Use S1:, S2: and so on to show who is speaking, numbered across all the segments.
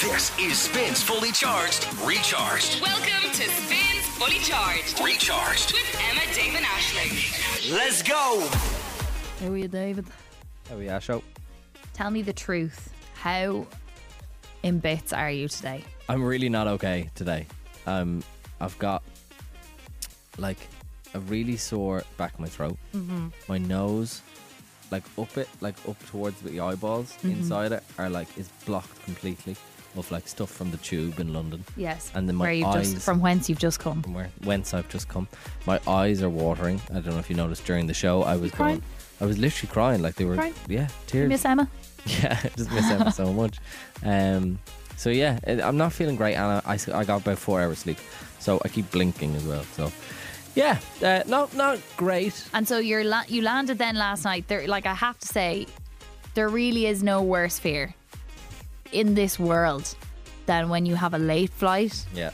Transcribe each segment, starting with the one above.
S1: This is Spins Fully Charged, Recharged,
S2: Welcome to Spins Fully Charged
S1: Recharged.
S2: with Emma Damon Ashley.
S1: Let's go!
S3: How are you, David?
S4: Oh yeah, show.
S3: Tell me the truth. How in bits are you today?
S4: I'm really not okay today. Um, I've got like a really sore back of my throat, mm-hmm. my nose, like up it, like up towards the eyeballs
S3: Mm-hmm.
S4: inside it are like is blocked completely of like stuff from the tube in London.
S3: Yes.
S4: And then my
S3: where you've just
S4: eyes-
S3: from whence you've just come.
S4: From where whence I've just come, my eyes are watering. I don't know if you noticed during the show, I was
S3: crying?
S4: going, I was literally crying like they were,
S3: Crying?
S4: yeah, tears.
S3: Miss Emma?
S4: Yeah, I just miss Emma so much. Um, so yeah, it- I'm not feeling great, and I, I, got about four hours sleep, so I keep blinking as well. So yeah, uh, not not great.
S3: And so you're la- you landed then last night. There like I have to say, there really is no worse fear in this world than when you have a late flight
S4: Yeah,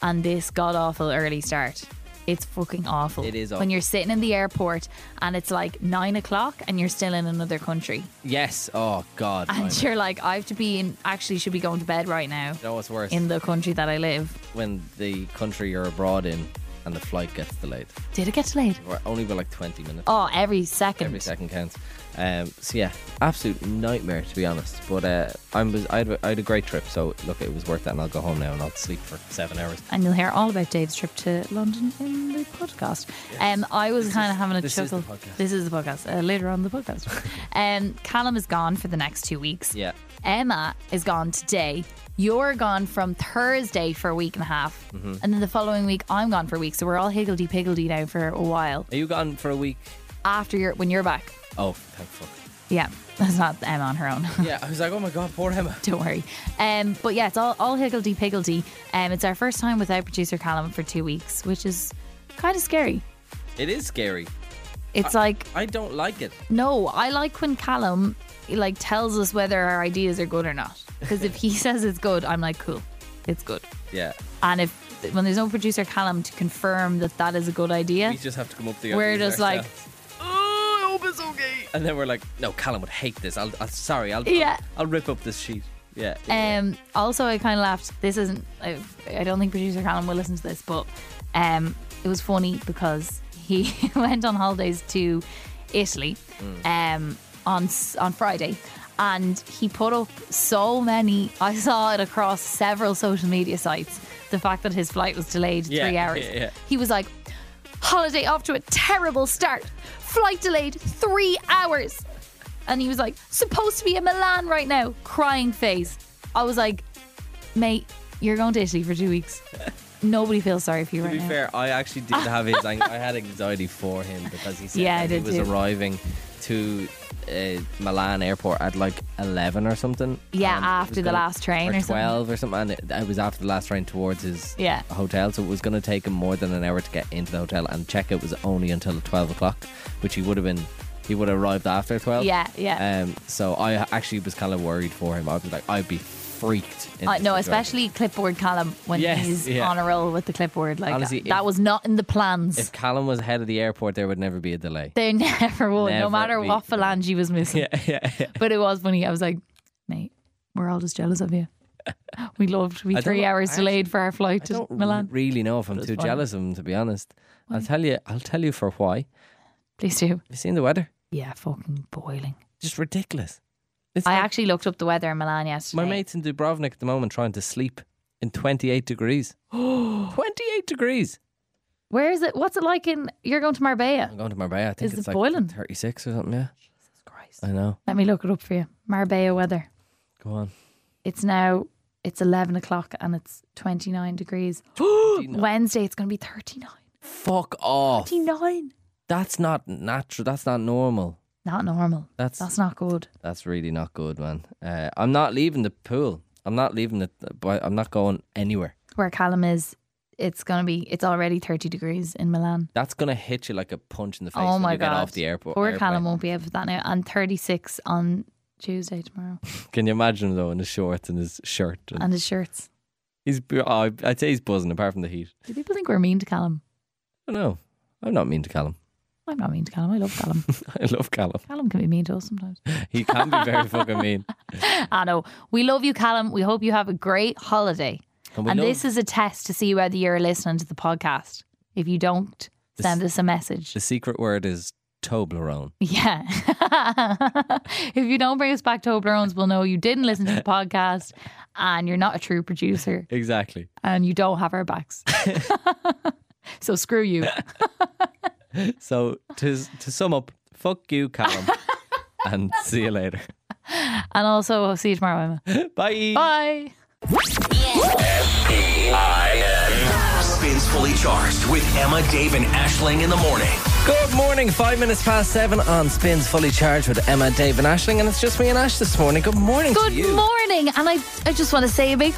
S3: and this god awful early start. It's fucking awful.
S4: It is
S3: When
S4: awful.
S3: you're sitting in the airport and it's like nine o'clock and you're still in another country.
S4: yes. Oh God,
S3: And
S4: Ivan.
S3: you're like, I have to be in, actually should be going to bed right now
S4: You know what's worse?
S3: in the country that I live.
S4: when the country you're abroad in and the flight gets delayed,
S3: Did it get delayed?
S4: We're only by like 20 minutes.
S3: Oh, every second.
S4: Every second counts. Um, so yeah, absolute nightmare to be honest. But uh, I was I had, a- I had a great trip, so look, it was worth it, and I'll go home now and I'll sleep for seven hours.
S3: And you'll hear all about Dave's trip to London in the podcast. Um, I was kind of having a
S4: this is
S3: chuckle.
S4: the podcast.
S3: This is the podcast. Uh, later on in the podcast. um, Callum is gone for the next two weeks.
S4: Yeah.
S3: Emma is gone today. You're gone from Thursday for a week and a half.
S4: Mm-hmm.
S3: And then the following week, I'm gone for a week. So we're all higgledy piggledy now for a while
S4: Are you gone for a week?
S3: after you're, when you're back.
S4: Oh, thank fuck.
S3: Yeah, that's not Emma on her own.
S4: Yeah, I was like, oh my god, poor Emma.
S3: Don't worry. Um, but yeah, it's all, all higgledy piggledy. Um, it's our first time without producer Callum for two weeks, which is kind of scary.
S4: It is scary.
S3: It's like,
S4: I don't like it.
S3: no, I like when Callum like tells us whether our ideas are good or not. Because if he says it's good, I'm like, cool, it's good.
S4: Yeah,
S3: And if when there's no producer Callum to confirm that that is a good idea,
S4: we just have to come up the.
S3: We're
S4: ideas
S3: just like,
S4: ourselves. oh, I hope it's okay. And then we're like, no, Callum would hate this. I'll, I'll sorry, I'll,
S3: Yeah.
S4: I'll, I'll rip up this sheet. Yeah.
S3: Um, also, I kind of laughed. This isn't. I, I don't think producer Callum will listen to this, but um, it was funny because he went on holidays to Italy
S4: Hmm.
S3: um, on s- on Friday, and he put up so many. I saw it across several social media sites. The fact that his flight was delayed
S4: Yeah,
S3: three hours.
S4: yeah, yeah.
S3: He was like, "Holiday off to a terrible start. Flight delayed three hours." and he was like, supposed to be in Milan right now, crying face. I was like, mate, you're going to Italy for two weeks. Nobody feels sorry for you
S4: to
S3: right
S4: be
S3: now.
S4: fair, I actually did have his. ang- I had anxiety for him because he said
S3: Yeah, I
S4: that he
S3: did
S4: was
S3: too.
S4: arriving to uh, Milan airport at like eleven or something.
S3: Yeah,
S4: and it was
S3: after the
S4: gonna-
S3: last train or something.
S4: twelve or something. And it, it was after the last train towards his
S3: Yeah.
S4: hotel, so it was going to take him more than an hour to get into the hotel. And check out was only until twelve o'clock, which he would have been. He would have arrived after twelve.
S3: Yeah, yeah.
S4: Um, so I actually was kind of worried for him. I was like, I'd be freaked. in
S3: Uh,
S4: this
S3: no,
S4: situation.
S3: especially clipboard Callum when
S4: Yes,
S3: he's
S4: yeah.
S3: on a roll with the clipboard. Like
S4: Honestly,
S3: that
S4: if-
S3: was not in the plans.
S4: if Callum was head of the airport, there would never be a delay.
S3: they never would, no
S4: Never
S3: matter
S4: be-
S3: what phalange he was missing.
S4: yeah, yeah.
S3: But it was funny. I was like, mate, we're all just jealous of you. We loved to be
S4: don't
S3: three
S4: know.
S3: hours
S4: I
S3: delayed
S4: actually-
S3: for our flight
S4: I
S3: to
S4: don't
S3: Milan.
S4: really know if I'm too
S3: fine.
S4: jealous of him, to be honest. I'll tell you. I'll tell you for why. Have
S3: Please do.
S4: you seen the weather?
S3: Yeah, fucking boiling.
S4: Just ridiculous. It's
S3: I
S4: like-
S3: actually looked up the weather in Milan yesterday.
S4: my mates in Dubrovnik at the moment trying to sleep in 28 degrees. 28 degrees.
S3: Where is it? What's it like in? You're going to Marbella.
S4: I'm going to Marbella. I think
S3: Is it
S4: it's like
S3: boiling?
S4: 36 or something. Yeah,
S3: Christ.
S4: I know.
S3: Let me look it up for you. Marbella weather.
S4: Go on.
S3: It's now. It's eleven o'clock and it's twenty nine degrees. Wednesday it's going to be thirty nine.
S4: Fuck off.
S3: Thirty nine.
S4: That's not natural. That's not normal.
S3: Not normal.
S4: That's
S3: That's not good.
S4: that's really not good, man. Uh, I'm not leaving the pool. I'm not leaving it. But I'm not going anywhere.
S3: Where Callum is, it's going to be. It's already thirty degrees in Milan.
S4: That's gonna hit you like a punch in the face
S3: oh
S4: when
S3: my
S4: you
S3: god!
S4: get off the airport.
S3: Poor
S4: airplane.
S3: Callum won't be able for that now. And thirty six on Tuesday tomorrow.
S4: Can you imagine him, though in his shorts and his shirt? And
S3: and his shirts.
S4: he's bu- oh, I'd say he's buzzing apart from the heat.
S3: Do people think we're mean to Callum?
S4: I don't know. I'm not mean to Callum.
S3: I'm not mean to Callum. I love Callum.
S4: I love Callum.
S3: Callum can be mean to us sometimes.
S4: He can be very fucking mean.
S3: I know. We love you, Callum. We hope you have a great holiday.
S4: And
S3: And,
S4: we love-
S3: this is a test to see whether you're listening to the podcast. If you don't, send us a message.
S4: The secret word is Toblerone.
S3: Yeah. if you don't bring us back Toblerones, we'll know you didn't listen to the podcast and you're not a true producer
S4: Exactly.
S3: and you don't have our backs. so screw you.
S4: So to to sum up, fuck you, Callum, and see you later.
S3: And also, I'll see you tomorrow, Emma.
S4: Bye.
S3: Bye.
S1: Spins fully charged with Emma, Dave, and Ashling in the morning.
S4: Good morning. Five minutes past seven on Spins Fully Charged with Emma, Dave, and Ashling, and it's just me and Ash this morning. Good morning
S3: Good
S4: to you.
S3: morning. And I, I just want to say a big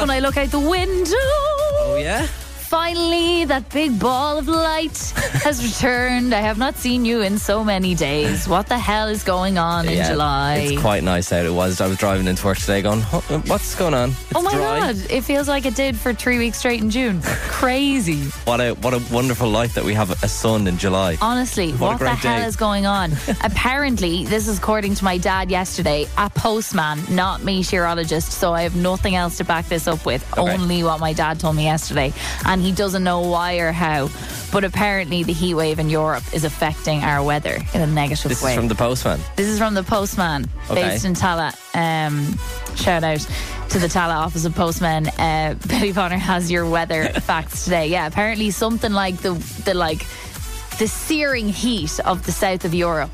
S3: when I look out the window.
S4: Oh yeah.
S3: Finally, that big ball of light has returned. I have not seen you in so many days. What the hell is going on in
S4: yeah,
S3: July?
S4: It's quite nice out. It was. I was driving into work today, going, "Huh, "What's going on? It's
S3: oh my
S4: dry.
S3: god, it feels like it did for three weeks straight in June. Crazy.
S4: What a what a wonderful life that we have a sun in July.
S3: Honestly,
S4: What a
S3: what, the
S4: great
S3: hell
S4: day.
S3: is going on? Apparently, this is according to my dad yesterday, a postman, not meteorologist, so I have nothing else to back this up with,
S4: Okay.
S3: only what my dad told me yesterday. And he doesn't know why or how, but apparently the heat wave in Europe is affecting our weather in a negative
S4: This
S3: way.
S4: is from the postman.
S3: This is from the postman
S4: Okay.
S3: based in Tala. Um, shout out to the Tala office of postmen. Uh, Betty Bonner has your weather facts today. Yeah, apparently something like the the like the searing heat of the south of Europe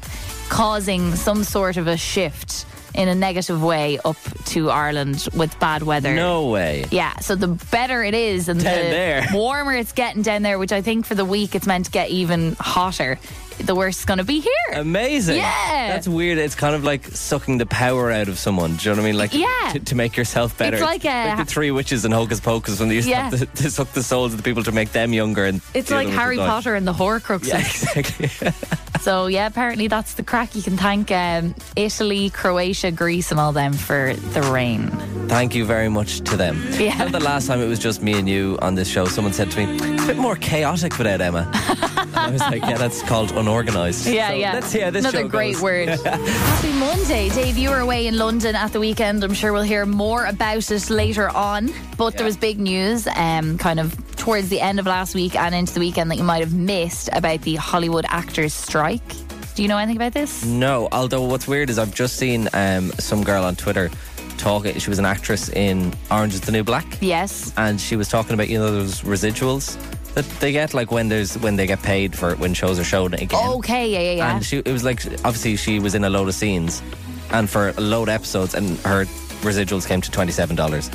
S3: causing some sort of a shift in a negative way up to Ireland with bad weather.
S4: No way.
S3: Yeah, so the better it is and
S4: Down
S3: the
S4: there.
S3: warmer it's getting down there, which I think for the week it's meant to get even hotter, the worse it's going to be here.
S4: Amazing.
S3: Yeah.
S4: That's weird. It's kind of like sucking the power out of someone. Do you know what I mean? Like
S3: Yeah.
S4: to, to make yourself better.
S3: It's like a-
S4: the three witches and hocus pocus when they used
S3: Yeah.
S4: to, have to, to suck the souls of the people to make them younger and
S3: It's
S4: the
S3: like
S4: other ones
S3: Harry
S4: would die.
S3: Potter and the Horcruxes.
S4: Yeah, exactly.
S3: So yeah, apparently that's the crack. You can thank um, Italy, Croatia, Greece, and all them for the rain.
S4: Thank you very much to them.
S3: Yeah.
S4: Remember the last time it was just me and you on this show, someone said to me, It's a bit more chaotic without Emma. And I was like, Yeah, that's called unorganized.
S3: Yeah,
S4: So
S3: yeah.
S4: Let's hear this
S3: Another
S4: show
S3: great
S4: goes.
S3: word. Happy Monday, Dave. You were away in London at the weekend. I'm sure we'll hear more about it later on. But there
S4: Yeah.
S3: was big news, um, kind of towards the end of last week and into the weekend that you might have missed about the Hollywood actors' strike. Do you know anything about this?
S4: No, although what's weird is I've just seen um, some girl on Twitter talking. She was an actress in Orange is the New Black,
S3: Yes.
S4: and she was talking about you know those residuals that they get like when there's when they get paid for when shows are shown again.
S3: Okay. Yeah. Yeah. Yeah.
S4: And she it was like obviously she was in a load of scenes, and for a load of episodes, and her residuals came to twenty seven dollars.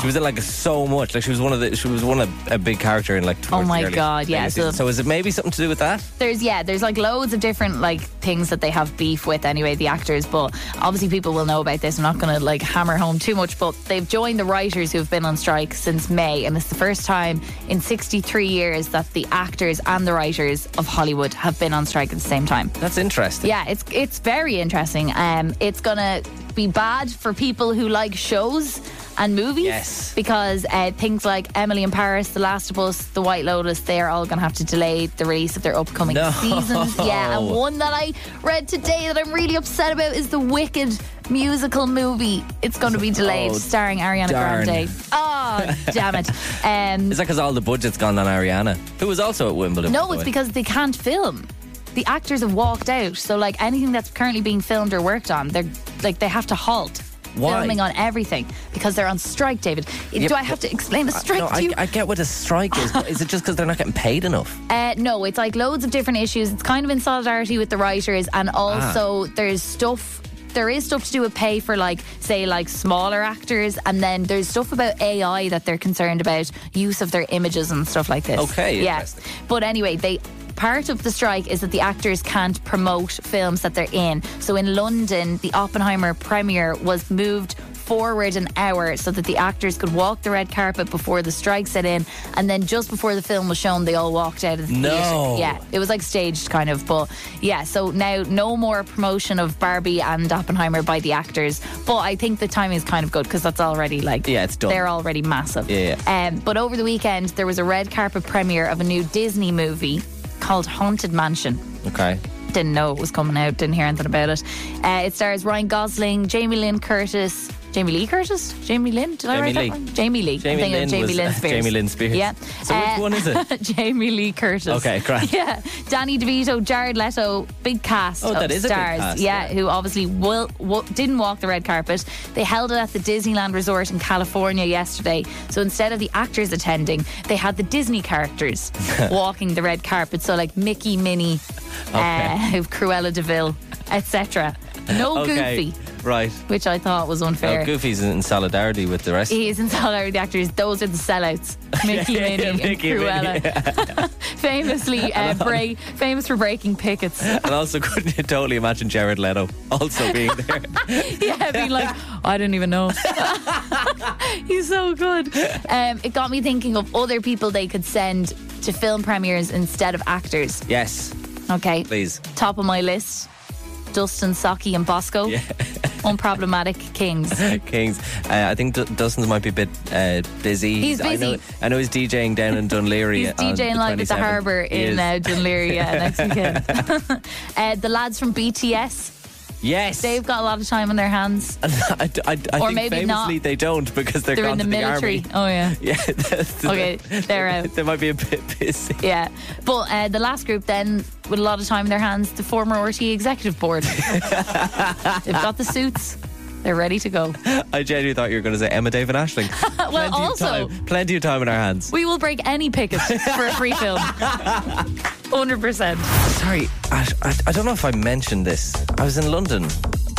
S4: she was in like so much. Like she was one of the she was one of a big character in like. towards the
S3: Oh my
S4: early
S3: God, yeah,
S4: days.
S3: so-
S4: So, is it maybe something to do with that?
S3: there's yeah there's like loads of different like things that they have beef with anyway the actors but obviously people will know about this i'm not gonna like hammer home too much but they've joined the writers who've been on strike since may and it's the first time in 63 years that the actors and the writers of hollywood have been on strike at the same time
S4: That's interesting.
S3: yeah, it's it's very interesting. Um, it's gonna be bad for people who like shows and movies.
S4: Yes.
S3: Because uh, things like Emily in Paris, The Last of Us, The White Lotus, they are all gonna have to delay the release of their upcoming
S4: No.
S3: seasons. Yeah, and one that I read today that I'm really upset about is the Wicked musical movie. It's gonna be delayed,
S4: Oh,
S3: starring Ariana
S4: darn.
S3: Grande. Oh, damn it. Um,
S4: Is that because all the budget's gone on Ariana, who was also at Wimbledon? by
S3: no,
S4: the
S3: it's
S4: way?
S3: because they can't film. The actors have walked out, so like anything that's currently being filmed or worked on, they're like they have to halt
S4: Why?
S3: filming on everything because they're on strike. David, do I have to explain the strike
S4: Uh, No,
S3: to you?
S4: I, I get what a strike is, but is it just because they're not getting paid enough?
S3: Uh, no, it's like loads of different issues. It's kind of in solidarity with the writers, and
S4: Ah.
S3: also there's stuff. There is stuff to do with pay for like, say, like smaller actors, and then there's stuff about AI that they're concerned about use of their images and stuff like this.
S4: Okay,
S3: yeah.
S4: interesting.
S3: But anyway, they part of the strike is that the actors can't promote films that they're in. So in London, the Oppenheimer premiere was moved forward an hour so that the actors could walk the red carpet before the strike set in and then just before the film was shown they all walked out of the
S4: No.
S3: theater. Yeah, it was like staged kind of, but yeah, so now no more promotion of Barbie and Oppenheimer by the actors, but I think the timing is kind of good because that's already like
S4: Yeah, it's done.
S3: They're already massive.
S4: Yeah,
S3: Um, but over the weekend, there was a red carpet premiere of a new Disney movie called Haunted Mansion.
S4: Okay.
S3: Didn't know it was coming out, didn't hear anything about it. Uh, it stars Ryan Gosling, Jamie Lynn Curtis. Jamie Lee Curtis? Jamie Lynn? Did I
S4: Jamie
S3: write that
S4: Lee.
S3: one? Jamie Lee.
S4: Jamie
S3: I'm thinking
S4: Lynn
S3: of Jamie
S4: was- uh,
S3: Lynn Spears.
S4: Jamie Lynn Spears.
S3: Yeah.
S4: So which
S3: Uh,
S4: one is it?
S3: Jamie Lee Curtis.
S4: Okay, great.
S3: Yeah. Danny DeVito, Jared Leto, big cast
S4: Oh, that
S3: of
S4: is a good
S3: stars.
S4: cast,
S3: yeah,
S4: yeah.
S3: who obviously will, wa- didn't walk the red carpet. They held it at the Disneyland Resort in California yesterday. So instead of the actors attending, they had the Disney characters walking the red carpet. So like Mickey, Minnie, uh, Cruella Deville, etc. No
S4: Okay.
S3: Goofy,
S4: Right.
S3: which I thought was unfair.
S4: Now, Goofy's in solidarity with the rest.
S3: He is in solidarity with the actors. Those are the sellouts. Mickey,
S4: Yeah, yeah,
S3: Minnie,
S4: Mickey,
S3: and
S4: Minnie,
S3: Cruella. Famously, uh, bra- famous for breaking pickets.
S4: And also, couldn't you totally imagine Jared Leto also being there?
S3: yeah, being like, I didn't even know. He's so good. Um, it got me thinking of other people they could send to film premieres instead of actors.
S4: yes,
S3: Okay.
S4: please.
S3: Top of my list Dustin, Saki, and Bosco. Unproblematic kings.
S4: Kings. Uh, I think D- Dustin might be a bit uh, busy.
S3: He's
S4: I know,
S3: busy.
S4: I know he's DJing down in Dunleary.
S3: He's
S4: on
S3: DJing live at the
S4: 27th.
S3: harbour
S4: He
S3: in
S4: is.
S3: uh, Dunleary yeah, next weekend. uh, the lads from BTS,
S4: yes.
S3: they've got a lot of time on their hands.
S4: I, I, I think
S3: maybe
S4: famously
S3: not.
S4: they don't because they're,
S3: They're in
S4: gone
S3: the
S4: to
S3: military.
S4: army.
S3: oh, yeah.
S4: Yeah, that's-
S3: Okay, they're out.
S4: They might be a bit busy.
S3: Yeah. But uh, the last group, then, with a lot of time in their hands, the former RTE executive board. They've got the suits. They're ready to go.
S4: I genuinely thought you were going to say Emma David Ashling. well, plenty
S3: also-
S4: of time, plenty of time in our hands.
S3: We will break any picket for a free film. 100%.
S4: Sorry, Ash, I, I don't know if I mentioned this. I was in London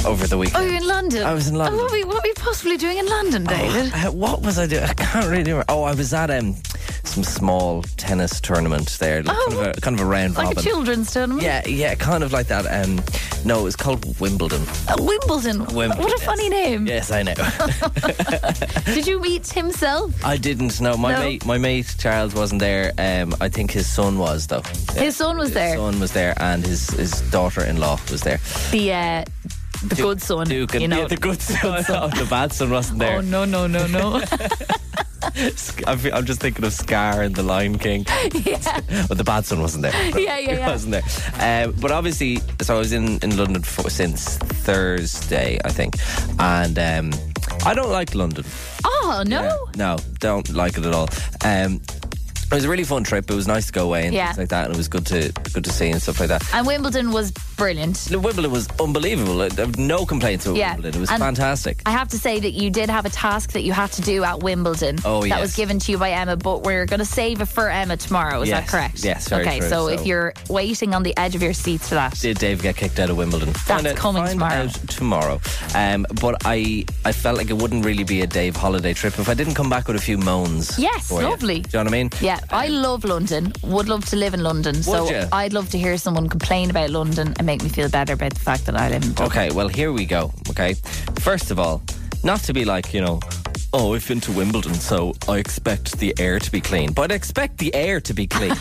S4: over the weekend.
S3: Oh, you're in London?
S4: I was in London.
S3: Oh, what, were, what were you possibly doing in London, David?
S4: Uh, what was I doing? I can't really remember. Oh, I was at um, some small tennis tournament there, like
S3: Oh,
S4: kind, of a, kind of a round
S3: like
S4: robin.
S3: a children's tournament.
S4: yeah, yeah, kind of like that. Um, no, it was called Wimbledon.
S3: Uh, Wimbledon.
S4: Wimbledon,
S3: What a
S4: yes.
S3: funny name.
S4: Yes, I know.
S3: Did you meet himself?
S4: I didn't know. My
S3: No.
S4: mate, my mate Charles wasn't there. Um, I think his son was though. Yeah,
S3: His son was there.
S4: His son was there, and his his daughter-in-law was there.
S3: The uh, the good son.
S4: Duke and
S3: you know.
S4: yeah, the good son.
S3: son.
S4: the bad son wasn't there.
S3: oh no no no no.
S4: I'm, I'm just thinking of Scar and the Lion King.
S3: yeah.
S4: But the bad son wasn't there.
S3: Yeah, yeah,
S4: He
S3: yeah.
S4: wasn't there. Um, but obviously, so I was in, in London for, since Thursday, I think. And um, I don't like London.
S3: Oh no.
S4: No, don't like it at all. Um, it was a really fun trip. It was nice to go away and
S3: Yeah.
S4: things like that. And it was good to good to see and stuff like that.
S3: And Wimbledon was brilliant.
S4: The Wimbledon was unbelievable. I have no complaints about
S3: Yeah.
S4: Wimbledon. It was
S3: And-
S4: fantastic.
S3: I have to say that you did have a task that you had to do at Wimbledon.
S4: Oh,
S3: That
S4: yes.
S3: was given to you by Emma, but we're going to save it for Emma tomorrow. Is that
S4: Yes.
S3: correct?
S4: Yes, very
S3: Okay,
S4: true.
S3: so,
S4: So-
S3: if you're waiting on the edge of your seats for that,
S4: did Dave get kicked out of Wimbledon? That's
S3: coming tomorrow.
S4: tomorrow. Um, but I, I felt like it wouldn't really be a Dave holiday trip if I didn't come back with a few moans.
S3: Yes,
S4: for you.
S3: lovely.
S4: Do you know what I mean?
S3: Yeah, I love London. Would love to live in London. so
S4: ya?
S3: I'd love to hear someone complain about London and make me feel better about the fact that I live in Dublin.
S4: Okay, well, here we go. Okay. First of all, not to be like, you know, oh, I've been to Wimbledon, so I expect the air to be clean. But I expect the air to be clean. Do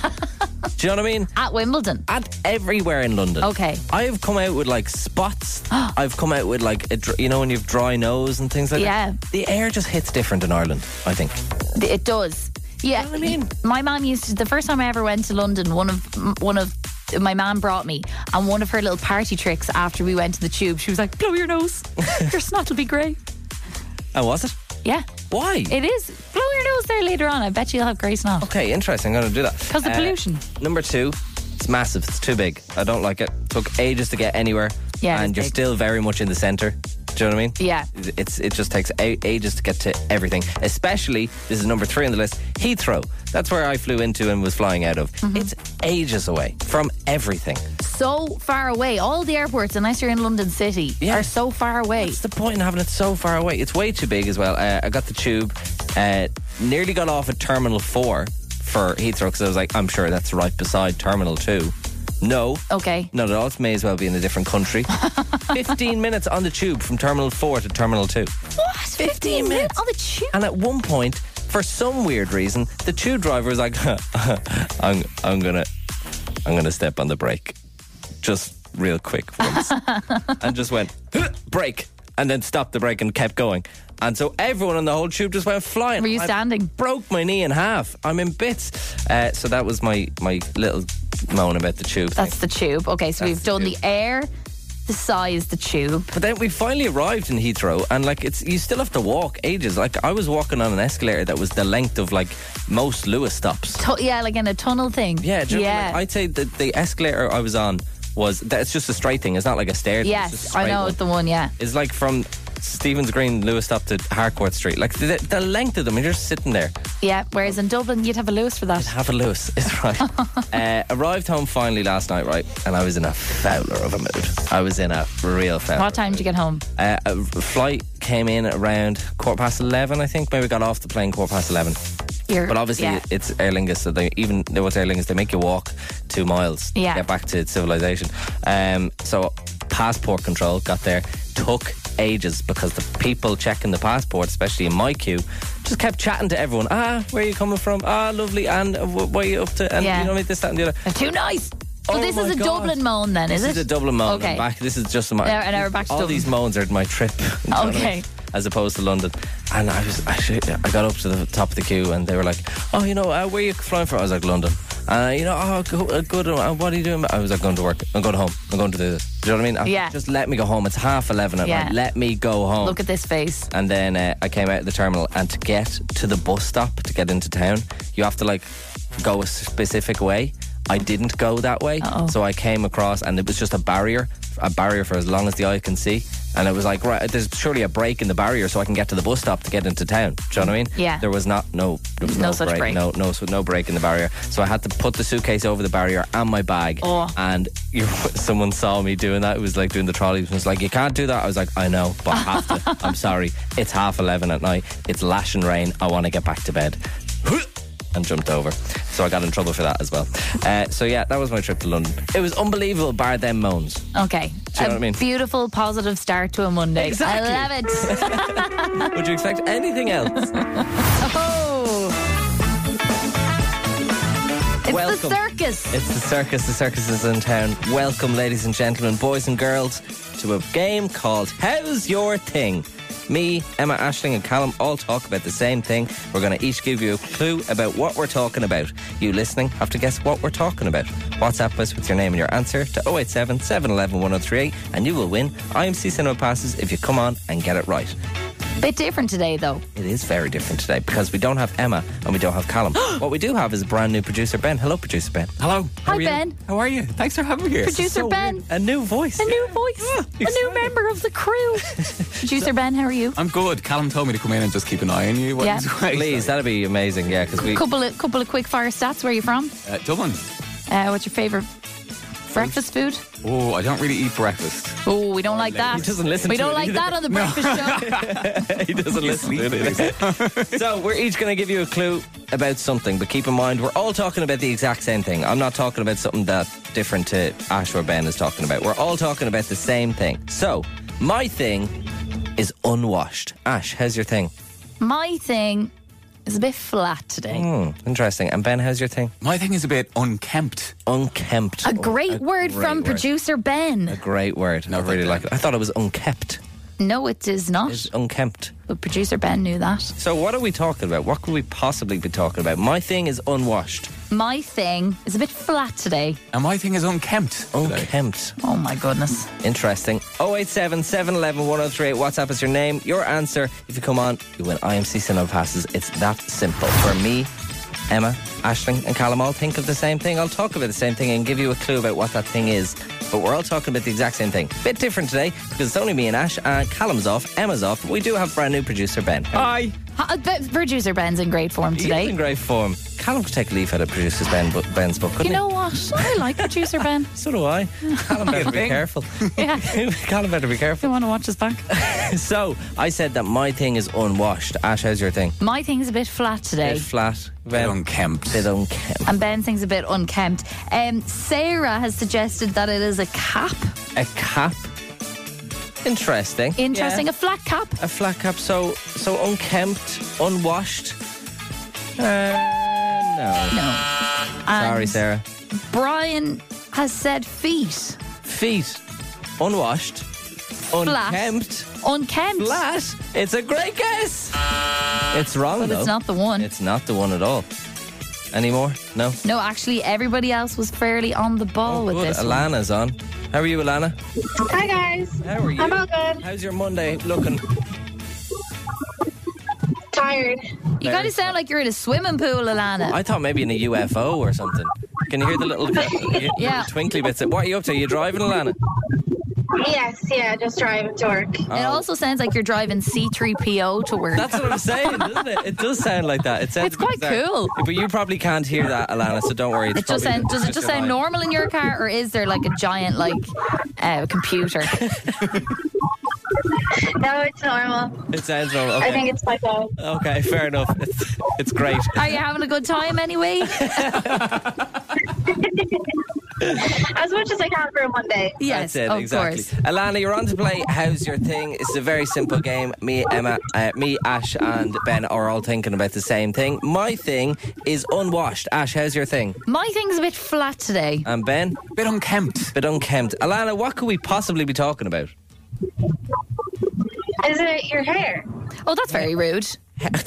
S4: you know what I mean?
S3: At Wimbledon.
S4: At everywhere in London.
S3: Okay.
S4: I have come out with like spots. I've come out with like, a, dr- you know, when you have dry nose and things like
S3: Yeah.
S4: that. The air just hits different in Ireland, I think.
S3: It does. Yeah,
S4: know what I mean?
S3: My mom used to. The first time I ever went to London, one of one of my mom brought me, and one of her little party tricks after we went to the tube, she was like, "Blow your nose, your snot will be grey."
S4: And was it?
S3: Yeah,
S4: Why?
S3: it is. Blow your nose there later on. I bet you'll have grey snot.
S4: okay, interesting. I'm going to do that. Uh,
S3: 'Cause the pollution.
S4: Number two, it's massive. It's too big. I don't like it. Took ages to get anywhere.
S3: Yeah, it
S4: and
S3: is
S4: you're
S3: big.
S4: still very much in the centre. Do you know what I mean?
S3: Yeah.
S4: It's it just takes a- ages to get to everything. Especially this is number three on the list. Heathrow. That's where I flew into and was flying out of.
S3: Mm-hmm.
S4: It's ages away from everything.
S3: So far away. All the airports, unless you're in London City,
S4: Yeah.
S3: are so far away.
S4: What's the point in having it so far away? It's way too big as well. Uh, I got the tube, uh, nearly got off at Terminal 4 for Heathrow because I was like, I'm sure that's right beside Terminal 2. No.
S3: Okay.
S4: Not at all. It may as well be in a different country. 15 minutes on the tube from Terminal 4 to Terminal 2.
S3: What? Fifteen minutes on the tube.
S4: And at one point, for some weird reason, the tube driver was like, I'm, I'm gonna, I'm gonna step on the brake, just real quick once, and just went brake, and then stopped the brake and kept going. And so everyone on the whole tube just went flying.
S3: Were you
S4: I
S3: standing?
S4: Broke my knee in half. I'm in bits. Uh, so that was my my little moan about the tube. thing.
S3: That's the tube. Okay, so
S4: That's
S3: we've
S4: the
S3: done
S4: tube.
S3: the air, the size, the tube.
S4: But then we finally arrived in Heathrow, and like it's you still have to walk ages. Like I was walking on an escalator that was the length of like most Lewis stops.
S3: Tu- yeah, like in a tunnel thing.
S4: Yeah, do you know what I mean?
S3: yeah.
S4: I'd say that the escalator I was on was that it's just a straight thing. It's not like a stair. thing, it's just a
S3: yes, I
S4: straight
S3: know
S4: one.
S3: it's the one. Yeah,
S4: It's like from Stephen's Green Lewis stop to Harcourt Street. Like the, the length of them, you're just sitting there.
S3: yeah. Whereas in Dublin, you'd have a Lewis for that.
S4: Have a Lewis, is right. uh, arrived home finally last night, right? And I was in a fowler of a mood. I was in a real fowler.
S3: What time did you get home?
S4: Uh, a flight came in around quarter past 11, I think. Maybe got off the plane quarter past 11.
S3: You're-
S4: But obviously,
S3: yeah.
S4: it's Aer Lingus, so they even though it's Aer Lingus, they make you walk two miles to
S3: Yeah.
S4: get back to civilization. Um, so passport control got there, took ages because the people checking the passport, especially in my queue, just kept chatting to everyone. Ah, where are you coming from? Ah, lovely. And wh- what are you up to? And
S3: Yeah.
S4: you know, like this, that, and the other.
S3: They're too nice.
S4: Oh
S3: so this
S4: my
S3: is a
S4: God.
S3: Dublin moan, then, is
S4: This
S3: it?
S4: is a Dublin moan.
S3: Okay.
S4: I'm back. This is just my.
S3: Now- now we're back to
S4: all
S3: Dublin.
S4: these moans are my trip. You know what I mean?
S3: Okay.
S4: As opposed to London, and I was actually I got up to the top of the queue and they were like, "Oh, you know, uh, where are you flying from?" I was like, "London." And uh, you know, oh, go, uh, good. Uh, what are you doing? I was like, "Going to work. I'm going home. I'm going to do this." Do you know what I mean? I'm-
S3: Yeah.
S4: Just let me go home. It's half eleven at
S3: Yeah.
S4: night. Let me go home.
S3: Look at this face.
S4: and then uh, I came out of the terminal, and to get to the bus stop to get into town, you have to like go a specific way. I didn't go that way,
S3: Uh-oh.
S4: so I came across, and it was just a barrier, a barrier for as long as the eye can see. And it was like, right, there's surely a break in the barrier, so I can get to the bus stop to get into town. Do you know what I mean?
S3: Yeah.
S4: There was not no, there was
S3: No
S4: no,
S3: such break.
S4: no Oh, no so no break in the barrier. So I had to put the suitcase over the barrier and my bag.
S3: Oh.
S4: And you someone saw me doing that. It was like doing the trolley. It was like, you can't do that. I was like, I know, but I have to. I'm sorry. It's half 11 at night. It's lashing rain. I want to get back to bed. And jumped over. So I got in trouble for that as well. Uh, so yeah, that was my trip to London. It was unbelievable, bar them moans.
S3: Okay.
S4: Do you know
S3: a
S4: what I mean?
S3: Beautiful, positive start to a Monday.
S4: Exactly.
S3: I love it.
S4: Would you expect anything else?
S3: oh. It's
S4: Welcome.
S3: the circus.
S4: It's the circus. The circus is in town. Welcome, ladies and gentlemen, boys and girls, to a game called How's Your Thing? Me, Emma Ashling, and Callum all talk about the same thing. We're going to each give you a clue about what we're talking about. You listening have to guess what we're talking about. WhatsApp us with your name and your answer to 087 711 1038, and you will win IMC Cinema Passes if you come on and get it right.
S3: Bit different today, though.
S4: It is very different today because we don't have Emma and we don't have Callum. what we do have is brand new producer Ben. Hello, producer Ben.
S5: Hello.
S3: Hi,
S5: How are you?
S3: Ben.
S5: How are you? Thanks for having me here.
S3: Producer Ben.
S4: A new voice.
S3: A new voice.
S5: Ah,
S3: a new
S4: exciting.
S3: member of the crew. Producer Ben, how are you?
S5: I'm good. Callum told me to come in and just keep an eye on you. while
S3: Yeah.
S5: he's away.
S4: Please, that'd be amazing. Yeah, because we.
S3: Couple of couple of quick fire stats. Where are you from?
S5: Uh, Dublin.
S3: Uh, what's your favorite breakfast food?
S5: Oh, I don't really eat breakfast.
S3: Oh, we don't like that.
S4: He doesn't listen
S3: we
S4: to
S3: don't
S4: it
S3: like
S4: either.
S3: that on the breakfast show.
S4: he doesn't listen to it. so we're each going to give you a clue about something, but keep in mind we're all talking about the exact same thing. I'm not talking about something that different to Ash or Ben is talking about. We're all talking about the same thing. So my thing is unwashed. Ash, how's your thing?
S3: My thing is a bit flat today.
S4: Hmm, interesting. And Ben, how's your thing?
S5: My thing is a bit unkempt.
S4: Unkempt.
S3: A great word
S4: great
S3: from
S4: word.
S3: producer Ben.
S4: Great word. I
S5: No,
S4: really
S5: thank
S4: like
S5: you.
S4: it. I thought it was unkept.
S3: No, it is not.
S4: It's unkempt.
S3: But producer Ben knew that.
S4: So what are we talking about? What could we possibly be talking about? My thing is unwashed,
S3: My thing is a bit flat today.
S5: And my thing is unkempt. today.
S4: unkempt.
S3: Oh my goodness.
S4: Interesting. 087 711 1038. WhatsApp is your name, your answer. If you come on, you win IMC Cinema Passes. It's that simple. For me, Emma, Ashling, and Callum all think of the same thing. I'll talk about the same thing and give you a clue about what that thing is. But we're all talking about the exact same thing. Bit different today because it's only me and Ash, and Callum's off, Emma's off. But we do have brand new producer Ben.
S5: Hi.
S3: Ha- uh, but producer Ben's in great form
S4: He's in
S3: today.
S4: great form. Callum could take a leaf out of producer ben, book- Ben's book, couldn't
S3: You
S4: he?
S3: know what? I like producer Ben.
S4: So do I. Callum better be careful.
S3: Yeah.
S4: Callum better be careful.
S3: Don't want to watch his back.
S4: So I said that my thing is unwashed. Ash, how's your thing?
S3: My thing's a bit flat today.
S4: Bit flat.
S5: Bit
S4: Bit
S5: unkempt.
S4: Bit unkempt.
S3: And Ben thing's a bit unkempt. Um, Sarah has suggested that it is a cap.
S4: A cap. Interesting.
S3: Interesting.
S4: Yeah.
S3: A flat cap.
S4: A flat cap. So so unkempt, unwashed. Uh, no.
S3: No.
S4: Sorry,
S3: And
S4: Sarah.
S3: Brian has said feet.
S4: Feet. Unwashed.
S3: Flat.
S4: Unkempt.
S3: Unkempt.
S4: Flat. It's a great guess. It's wrong
S3: But
S4: though.
S3: it's not the one.
S4: It's not the one at all. anymore? No.
S3: No, actually, everybody else was fairly on the ball Oh, with
S4: Oh, Good.
S3: this. one.
S4: Alana's on. How are you, Alana?
S6: Hi guys,
S4: How are you?
S6: I'm all good.
S4: How's your Monday looking?
S6: Tired.
S3: You kind of sound like you're in a swimming pool, Alana.
S4: I thought maybe in a UFO or something. Can you hear the little, little
S3: Yeah.
S4: twinkly bits? What are you up to? Are you driving, Alana?
S6: Yes, yeah, just driving to work.
S3: It also sounds like you're driving C3PO to work.
S4: That's what I'm saying, doesn't it? It does sound like that. It sounds
S3: It's quite
S4: bizarre.
S3: cool.
S4: But you probably can't hear that, Alana, so don't worry. It's
S3: it just
S4: probably
S3: sound, does it just
S4: your
S3: sound
S4: line.
S3: normal in your car, or is there like a giant like uh, computer?
S6: No, it's normal.
S4: It sounds normal. Okay,
S6: I think it's my phone.
S4: okay fair enough. It's, it's great.
S3: Are you having a good time anyway?
S6: As much as I can for a Monday.
S3: Yes,
S4: That's it,
S3: of
S4: exactly.
S3: course.
S4: Alana, you're on to play How's Your Thing. It's a very simple game. Me, Emma, uh, me, Ash, and Ben are all thinking about the same thing. My thing is unwashed. Ash, how's your thing?
S3: My thing's a bit flat today.
S4: And Ben,
S5: Bit unkempt.
S4: bit unkempt. Alana, what could we possibly be talking about?
S6: Is it your hair?
S3: Oh, that's very rude. Oh,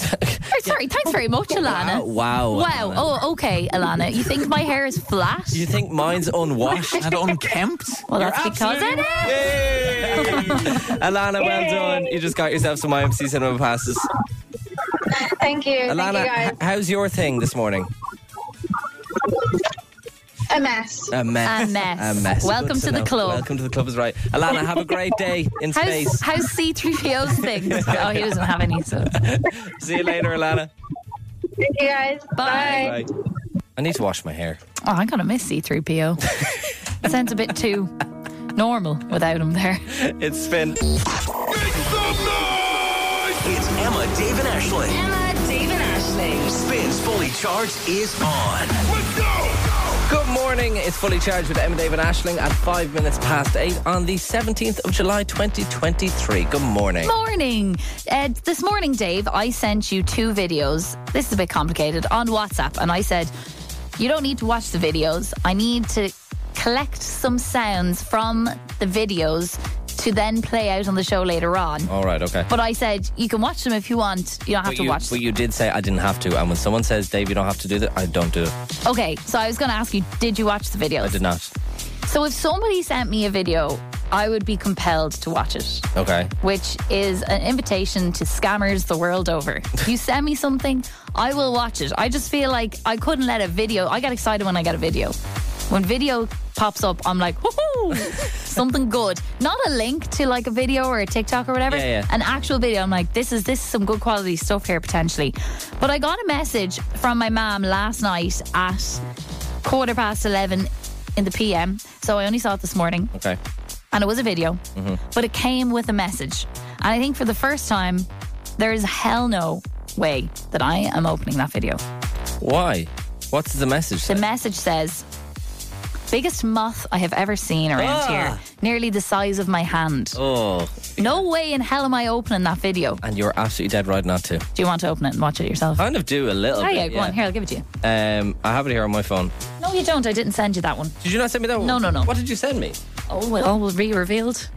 S3: sorry, thanks very much, Alana.
S4: Wow.
S3: Uh, Wow.
S4: Alana.
S3: Oh, okay, Alana. You think my hair is flat?
S4: You think mine's unwashed?
S5: And unkempt?
S3: well, that's
S4: You're
S3: because it
S4: absolutely
S3: is.
S4: Yay! Alana, well
S6: Yay!
S4: done. You just got yourself some IMC cinema passes.
S6: Thank you. Thank
S4: Alana,
S6: you guys.
S4: h- how's your thing this morning?
S6: A mess.
S4: A mess.
S3: A mess.
S4: A mess.
S3: Welcome
S4: Good
S3: to the
S4: know.
S3: club.
S4: Welcome to the club is right. Alana, have a great day in
S3: How's,
S4: space.
S3: how's C3PO's thing? Oh, he doesn't have any, so.
S4: See you later, Alana.
S6: Thank you guys.
S3: Bye.
S4: Bye. I need to wash my hair.
S3: Oh, I'm gonna miss C3PO. it sounds a bit too normal without him there.
S4: It's spin.
S1: It's Emma, Dave, and Ashling.
S7: Emma, Dave, and Ashling.
S1: Spins Fully Charged is on.
S4: Good morning. It's fully charged with Emma David Ashling at five minutes past eight on the 17th of July 2023. Good morning.
S3: Morning. Uh, this morning, Dave, I sent you two videos. This is a bit complicated on WhatsApp, and I said, "You don't need to watch the videos. I need to collect some sounds from the videos to then play out on the show later on."
S4: All right, okay.
S3: But I said you can watch them if you want. You don't have
S4: But
S3: to
S4: you,
S3: watch.
S4: but
S3: them.
S4: you did say I didn't have to. And when someone says, Dave, you don't have to do that, I don't do it.
S3: Okay, so I was going to ask you, did you watch the videos?
S4: I did not.
S3: So if somebody sent me a video, I would be compelled to watch it,
S4: Okay.
S3: which is an invitation to scammers the world over. If you send me something, I will watch it. I just feel like I couldn't let a video. I get excited when I get a video. When video pops up, I'm like, woohoo, something good. Not a link to like a video or a TikTok or whatever.
S4: Yeah, yeah.
S3: An actual video. I'm like, this is this is some good quality stuff here potentially. But I got a message from my mom last night at quarter past 11 in the PM. So I only saw it this morning
S4: Okay.
S3: and it was a video,
S4: Mm-hmm.
S3: but it came with a message. And I think for the first time, there is hell no way that I am opening that video.
S4: Why? What's the message?
S3: The
S4: say?
S3: message says, Biggest moth I have ever seen around
S4: Ah.
S3: here, nearly the size of my hand.
S4: oh,
S3: No way in hell am I opening that video.
S4: and you're absolutely dead right not to.
S3: Do you want to open it and watch it yourself?
S4: Kind of do a little.
S3: Oh,
S4: bit,
S3: yeah, go on. Here, I'll give it to you.
S4: Um, I have it here on my phone.
S3: No, you don't. I didn't send you that one.
S4: Did you not send me that one?
S3: No, no, no.
S4: What did you send me?
S3: Oh, it all will be revealed.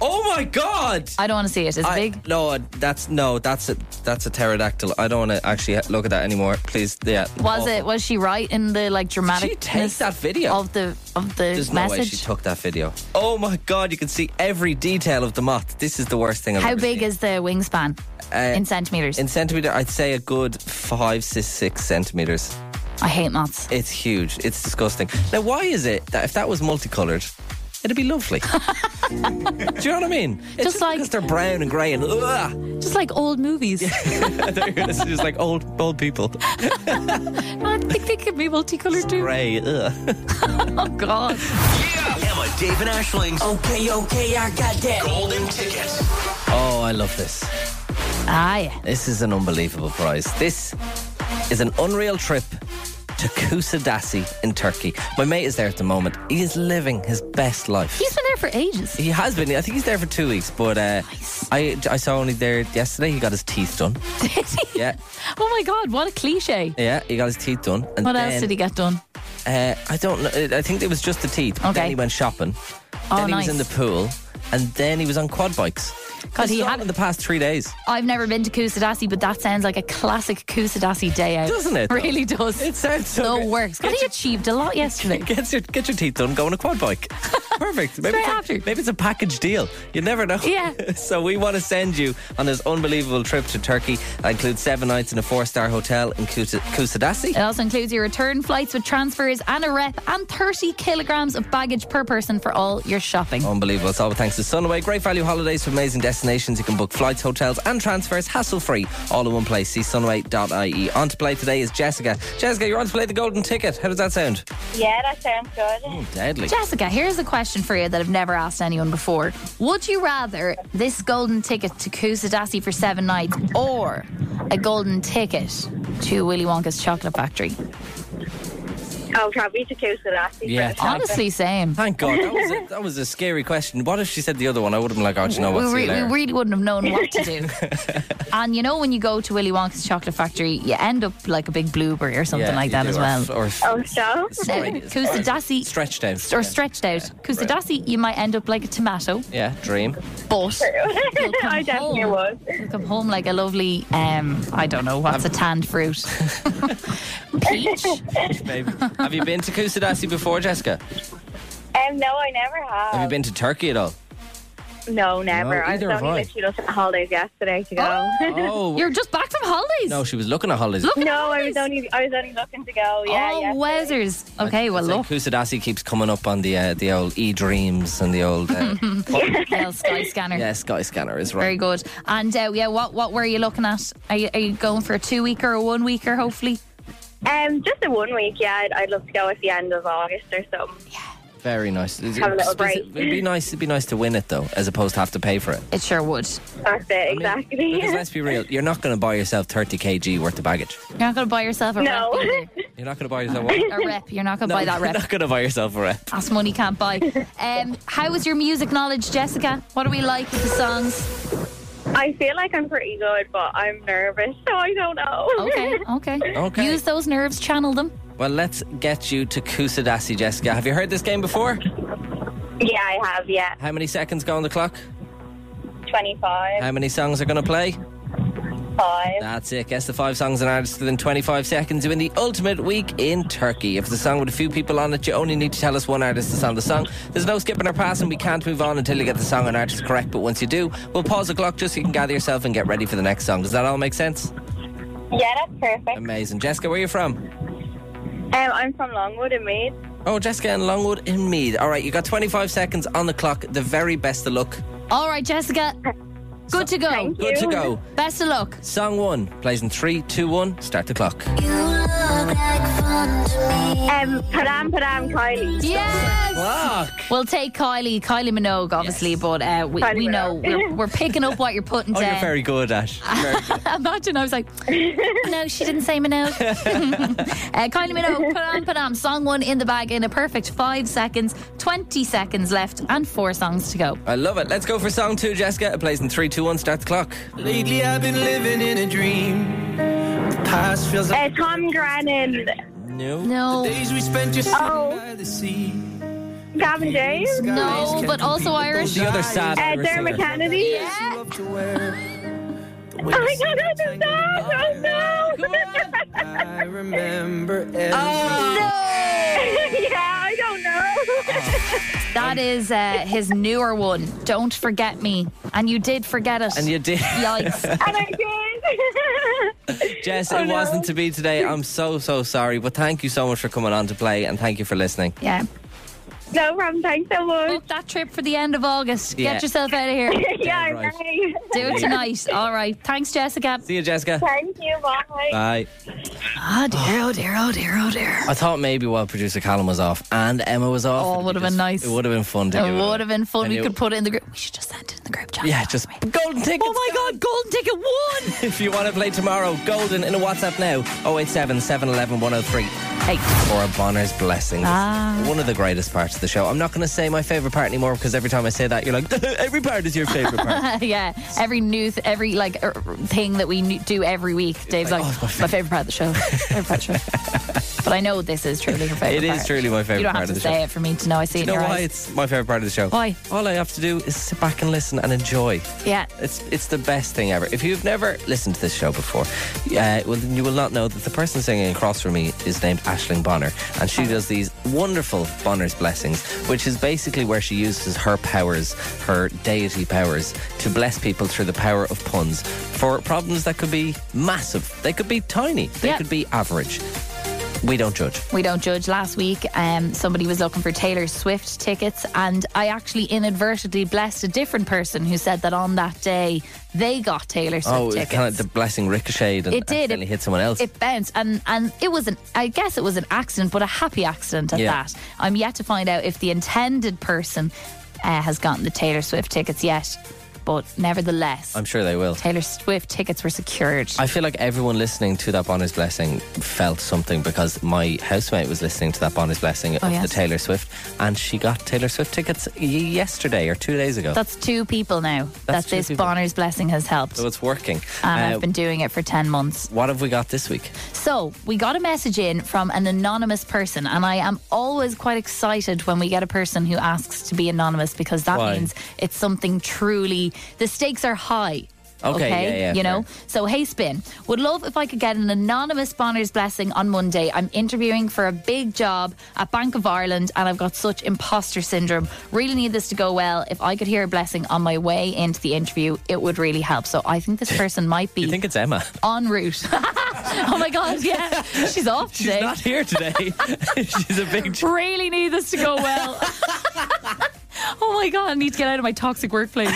S4: Oh my god!
S3: I don't want to see it. It's
S4: I-
S3: big.
S4: No, that's no, that's a that's a pterodactyl. I don't want to actually look at that anymore. Please, yeah.
S3: Was
S4: Awful.
S3: it? Was she right in the like
S4: She
S3: dramatic
S4: takes that video.
S3: of the of the
S4: There's no way she
S3: message?
S4: took that video. Oh my god! You can see every detail of the moth. This is the worst thing I've
S3: How
S4: ever
S3: big
S4: seen.
S3: is the wingspan in centimeters?
S4: Uh, in centimeter? I'd say a good five to six centimeters.
S3: I hate moths.
S4: It's huge. It's disgusting. Now, why is it that if that was multicolored, it'd be lovely? Do you know what I mean? It's
S3: Just like-
S4: because they're brown and grey and ugh.
S3: Just like old movies.
S4: this is like old old people.
S3: I think they could be multicolored too.
S4: Grey. Ugh.
S3: Oh God.
S1: Emma, Dave, and Ashling's
S8: Okay, okay, I got that.
S1: Golden Ticket.
S4: Oh, I love this.
S3: Ah yeah.
S4: This is an unbelievable prize. This is an unreal trip to Kusadasi in Turkey. My mate is there at the moment. He is living his best life.
S3: He's been there for ages.
S4: He has been. I think he's there for two weeks, but uh, I I saw only there yesterday. He got his teeth done. Yeah,
S3: Oh my God! What a cliche.
S4: yeah, he got his teeth done. And
S3: What
S4: then,
S3: else did he get done?
S4: Uh, I don't know. I think it was just the teeth. But
S3: Okay.
S4: Then he went shopping.
S3: Oh
S4: then he
S3: nice.
S4: was in the pool. and then he was on quad bikes.
S3: God, he
S4: It's not
S3: had-
S4: in the past three days.
S3: I've never been to Kusadasi, but that sounds like a classic Kusadasi day out.
S4: Doesn't it, though?
S3: Really does.
S4: It sounds so
S3: the
S4: good.
S3: worst. God,
S4: Get
S3: he
S4: your-
S3: achieved a lot yesterday.
S4: Get your get your teeth done. Go on a quad bike. Perfect. Maybe
S3: Straight
S4: it's, a-
S3: after.
S4: maybe it's a package deal. You never know.
S3: Yeah.
S4: so we want to send you on this unbelievable trip to Turkey. That includes seven nights in a four star hotel in Kus- Kusadasi.
S3: It also includes your return flights with transfers and a rep and 30 kilograms of baggage per person for all your shopping.
S4: Unbelievable. It's all thanks to Sunaway. Great value holidays for amazing destinations. You can book flights, hotels, and transfers hassle free, all in one place. See sunaway.ie. On to play today is Jessica. Jessica, you're on to play the golden ticket. How does that sound?
S9: Yeah, that sounds good.
S4: Deadly.
S3: Jessica, here's a question for you that I've never asked anyone before. Would you rather this golden ticket to Kusadasi for seven nights or a golden ticket to Willy Wonka's chocolate factory?
S9: Oh, probably to Kusalasi.
S4: Yeah.
S3: Honestly, same.
S4: Thank God. That was, a, that was a scary question. What if she said the other one? I would have been like, oh, do you know
S3: We,
S4: what? See you
S3: re- we
S4: later.
S3: really wouldn't have known what to do. and you know, when you go to Willy Wonka's chocolate factory, you end up like a big blueberry or something
S4: Yeah,
S3: like
S4: you
S3: that
S4: do.
S3: as
S4: Or
S3: well.
S4: f- Or, f-
S9: Oh, so?
S3: Now,
S4: sorry, it's
S3: Kusadasi
S4: stretched out.
S3: or stretched out. Kusadasi, you might end up like a tomato,
S4: Yeah, dream.
S3: but you'll come
S9: I definitely
S3: home.
S9: was.
S3: You'll come home like a lovely, um, I don't know, what's a tanned fruit? Peach?
S4: Maybe. have you been to Kusadasi before, Jessica?
S9: Um, no, I never have.
S4: Have you been to Turkey at all?
S9: No, never. I was
S4: either have
S9: only
S4: I.
S9: literally looking at holidays yesterday to go.
S4: Oh.
S3: You're just back from holidays.
S4: no, she was looking at holidays.
S3: Look at
S9: no, I
S3: ours.
S9: was only I was only looking to go. Yeah,
S3: oh,
S9: yesterday.
S3: wowzers. Okay, well,
S4: It's like
S3: look,
S4: Kusadasi keeps coming up on the uh, the old e dreams and the old uh,
S3: Kale Sky Scanner.
S4: yeah sky scanner is right.
S3: Very good. And uh, yeah, what what were you looking at? Are you, are you going for a two week or a one weeker, hopefully?
S9: Um, just a one week. Yeah, I'd, I'd love to go at the end of August or something.
S4: Very nice. Have
S9: a little break.
S4: It'd be nice. It'd be nice to win it though, as opposed to have to pay for it.
S3: It sure would.
S9: That's it,
S4: I mean,
S9: exactly.
S4: Because let's be real, you're not going to buy yourself 30 kg worth of baggage.
S3: You're not going to buy yourself a
S9: No.
S3: rep. either.
S4: You're not going to buy yourself. What?
S3: A rep. You're not going to
S4: No,
S3: buy that
S4: you're
S3: rep.
S4: not going to buy yourself a rep.
S3: That's money can't buy. Um, how is your music knowledge, Jessica? What do we like with the songs?
S9: I feel like I'm pretty good, but I'm nervous, so I don't know.
S3: Okay, okay.
S4: Okay.
S3: Use those nerves, channel them.
S4: Well, let's get you to Kusadasi, Jessica. Have you heard this game before?
S9: yeah, I have. Yeah,
S4: How many seconds go on the clock?
S9: twenty-five,
S4: How many songs are going to play?
S9: five.
S4: That's it. Guess the five songs and artists within 25 seconds. You win the ultimate week in Turkey. If it's a song with a few people on it, you only need to tell us one artist that's on the song. There's no skipping or passing. We can't move on until you get the song and artist correct. But once you do, we'll pause the clock just so you can gather yourself and get ready for the next song. Does that all make sense?
S9: Yeah, that's perfect.
S4: Amazing. Jessica, where are you from?
S9: Um, I'm from Longwood and Mead.
S4: Oh, Jessica in Longwood in Mead. All right, you got 25 seconds on the clock. The very best of luck.
S3: All right, Jessica. Good to go.
S9: Thank
S4: Good to
S9: you.
S4: go.
S3: Best of luck.
S4: Song one plays in three, two, one. Start the clock.
S9: Um, Padam Padam Kylie.
S3: Yes.
S4: Clock.
S3: We'll take Kylie, Kylie Minogue, obviously, but uh, we,
S9: Kylie
S3: we know
S9: Minogue.
S3: we're, we're picking up what you're putting
S4: Oh,
S3: down.
S4: you're very good, Ash. Very good.
S3: Imagine I was like, no, she didn't say Minogue. uh, Kylie Minogue, Padam Padam, song one in the bag in a perfect five seconds, 20 seconds left, and four songs to go.
S4: I love it. Let's go for song two, Jessica. It plays in three, two, one. Start the clock.
S10: Lately I've been living in a dream. The past feels like
S9: Uh, Tom Grennan.
S4: No.
S3: No.
S10: days we spent just sitting
S9: Oh.
S10: by the sea.
S9: Gavin James.
S3: No, but also Irish.
S4: The other sad.
S9: Uh,
S4: Irish singer.
S9: Dermot Kennedy.
S3: Yeah.
S10: Up to where the
S9: Oh my
S10: waves
S9: god, that's a song! Oh no!
S10: I remember every
S9: yeah, I don't know.
S3: That is uh, his newer one. Don't forget me, and you did forget it.
S4: And you did.
S3: Yikes!
S9: and I did.
S4: Jess,
S9: Oh,
S4: it
S9: no.
S4: wasn't to be today. I'm so, so sorry. But thank you so much for coming on to play and thank you for listening.
S3: Yeah,
S9: no problem. Thanks so much.
S3: book that trip for the end of August.
S4: Yeah.
S3: Get yourself out of here.
S9: yeah, I'm
S4: right.
S9: right.
S3: Do it tonight. All right. Thanks, Jessica.
S4: See you, Jessica.
S9: Thank you. Bye.
S4: Bye.
S3: Oh dear, oh dear, oh dear, oh dear.
S4: I thought maybe while producer Callum was off and Emma was off.
S3: Oh,
S4: it'd be
S3: would've been
S4: just-
S3: nice.
S4: It would have been fun to
S3: It
S4: do
S3: would have been fun.
S4: And
S3: We
S4: it-
S3: could put it in the group. We should just send it in the group chat.
S4: Yeah, just golden tickets.
S3: Oh my God, golden ticket won!
S4: If you want to play tomorrow, golden in a WhatsApp now 087 711 103 8 oh for a Bonner's Blessing. This is One of the greatest parts of the show. I'm not going to say my favourite part anymore because every time I say that, you're like, every part is your favourite part.
S3: yeah, every new, th- every like er, thing that we knew- do every week, Dave's like,
S4: like, oh, it's
S3: my favorite part of the show. Favorite part of the show. But I know this is truly your favorite.
S4: It is
S3: part.
S4: truly my favourite
S3: You don't have
S4: part
S3: to
S4: of the
S3: say
S4: show.
S3: it for me to know. I see
S4: You
S3: it in
S4: know
S3: your
S4: why
S3: eyes.
S4: it's my favorite part of the show?
S3: Why?
S4: All I have to do is sit back and listen and enjoy.
S3: Yeah.
S4: It's it's the best thing ever. If you've never listened to this show before, uh, well, then you will not know that the person singing across from me is named Ashling Bonner, and she does these wonderful Bonner's blessings, which is basically where she uses her powers, her deity powers, to bless people through the power of puns for problems that could be massive, they could be tiny, they
S3: Yeah.
S4: could be average. We don't judge.
S3: We don't judge. Last week, um, somebody was looking for Taylor Swift tickets, and I actually inadvertently blessed a different person who said that on that day they got Taylor Swift
S4: Oh,
S3: tickets.
S4: kind of the blessing ricocheted and
S3: It did.
S4: accidentally
S3: It-
S4: hit someone else.
S3: It bounced, and and it was an I guess it was an accident, but a happy accident at
S4: Yeah.
S3: that. I'm yet to find out if the intended person uh, has gotten the Taylor Swift tickets yet, but nevertheless,
S4: I'm sure they will.
S3: Taylor Swift tickets were secured.
S4: I feel like everyone listening to that Bonner's Blessing felt something because my housemate was listening to that Bonner's Blessing of
S3: Oh, yes.
S4: the Taylor Swift and she got Taylor Swift tickets y- yesterday or two days ago.
S3: That's two people now that
S4: That's two
S3: this
S4: people.
S3: Bonner's blessing has helped,
S4: so
S3: and
S4: it's working. Uh,
S3: I've been doing it for ten months.
S4: what have we got this week?
S3: So, we got a message in from an anonymous person, and I am always quite excited when we get a person who asks to be anonymous because that
S4: Why?
S3: means it's something truly, the stakes are high.
S4: Okay, yeah, yeah,
S3: you know?
S4: fair.
S3: So, hey, Spin, would love if I could get an anonymous Bonner's blessing on Monday. I'm interviewing for a big job at Bank of Ireland, and I've got such imposter syndrome. Really need this to go well. If I could hear a blessing on my way into the interview, it would really help. So, I think this person might be
S4: You think it's Emma?
S3: en route. oh my god, yeah, she's off
S4: She's
S3: today.
S4: not here today. She's a big. Ch-
S3: really need this to go well. oh my god, I need to get out of my toxic workplace.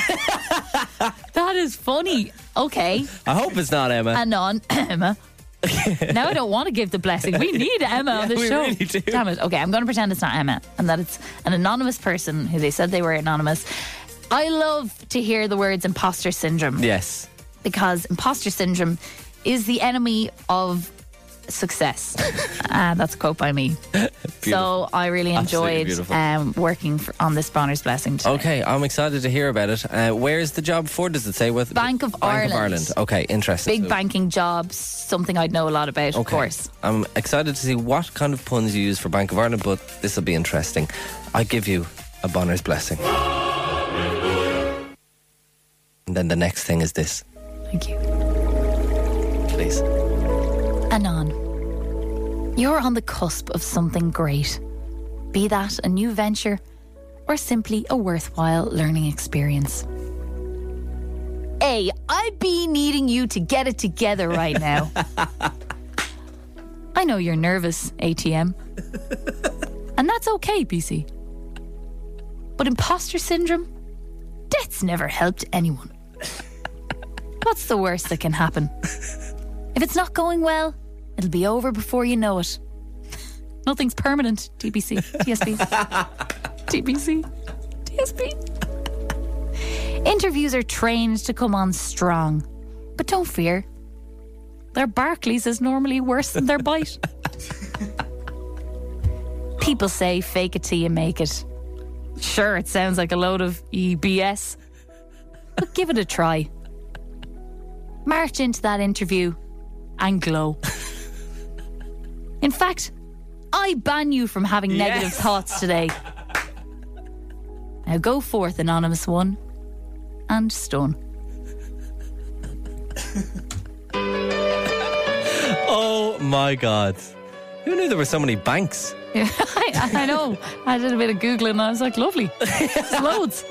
S3: that is funny. Okay,
S4: I hope it's not Emma.
S3: and on Emma. now I don't want to give the blessing. We need Emma on the
S4: we
S3: show.
S4: really do.
S3: Damn it. Okay, I'm going to pretend it's not Emma and that it's an anonymous person who they said they were anonymous. I love to hear the words imposter syndrome
S4: yes.
S3: because imposter syndrome is the enemy of success. uh, that's a quote by me. so I really
S4: Absolutely
S3: enjoyed
S4: beautiful.
S3: um, working for, on this Bonner's Blessing today.
S4: Okay, I'm excited to hear about it. Uh, where is the job for? Does it say with
S3: Bank of
S4: Bank
S3: Ireland.
S4: of Ireland. Okay, interesting.
S3: Big
S4: So-
S3: banking jobs, something I'd know a lot about, of
S4: Okay.
S3: course.
S4: I'm excited to see what kind of puns you use for Bank of Ireland, but this will be interesting. I give you a Bonner's blessing. And then the next thing is this,
S3: Thank you.
S4: please.
S3: Anon, you're on the cusp of something great, be that a new venture or simply a worthwhile learning experience. A, I'd be needing you to get it together right now. I know you're nervous, ATM. And that's okay, BC. But imposter syndrome? That's never helped anyone. What's the worst that can happen? If it's not going well, it'll be over before you know it. Nothing's permanent, DBC, TSB, DBC, TSB. Interviews are trained to come on strong, but don't fear. Their Barclays is normally worse than their bite. People say fake it till you make it. Sure, it sounds like a load of EBS, but give it a try. March into that interview and glow. In fact, I ban you from having negative thoughts today. Now go forth, anonymous one, and stone.
S4: Oh my God. Who knew there were so many banks?
S3: I, I know. I did a bit of googling. and I was like, lovely. It's loads.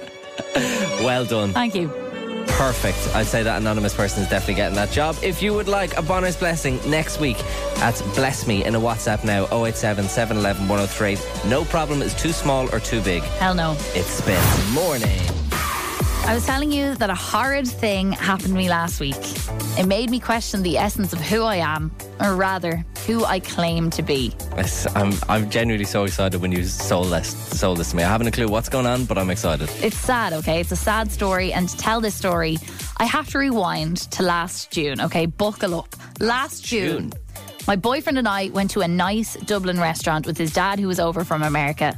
S4: Well done.
S3: Thank you.
S4: Perfect. I'd say that anonymous person is definitely getting that job. If you would like a Bonner's blessing next week, that's bless me in a WhatsApp now 087 711 1038. No problem is too small or too big.
S3: Hell no.
S4: It's been morning.
S3: I was telling you that a horrid thing happened to me last week. It made me question the essence of who I am, or rather, who I claim to be.
S4: Yes, I'm, I'm genuinely so excited when you sold this, sold this to me. I haven't a clue what's going on, but I'm excited.
S3: It's sad, okay? It's a sad story. And to tell this story, I have to rewind to last June, okay? Buckle up. Last June,
S4: June.
S3: my boyfriend and I went to a nice Dublin restaurant with his dad, who was over from America.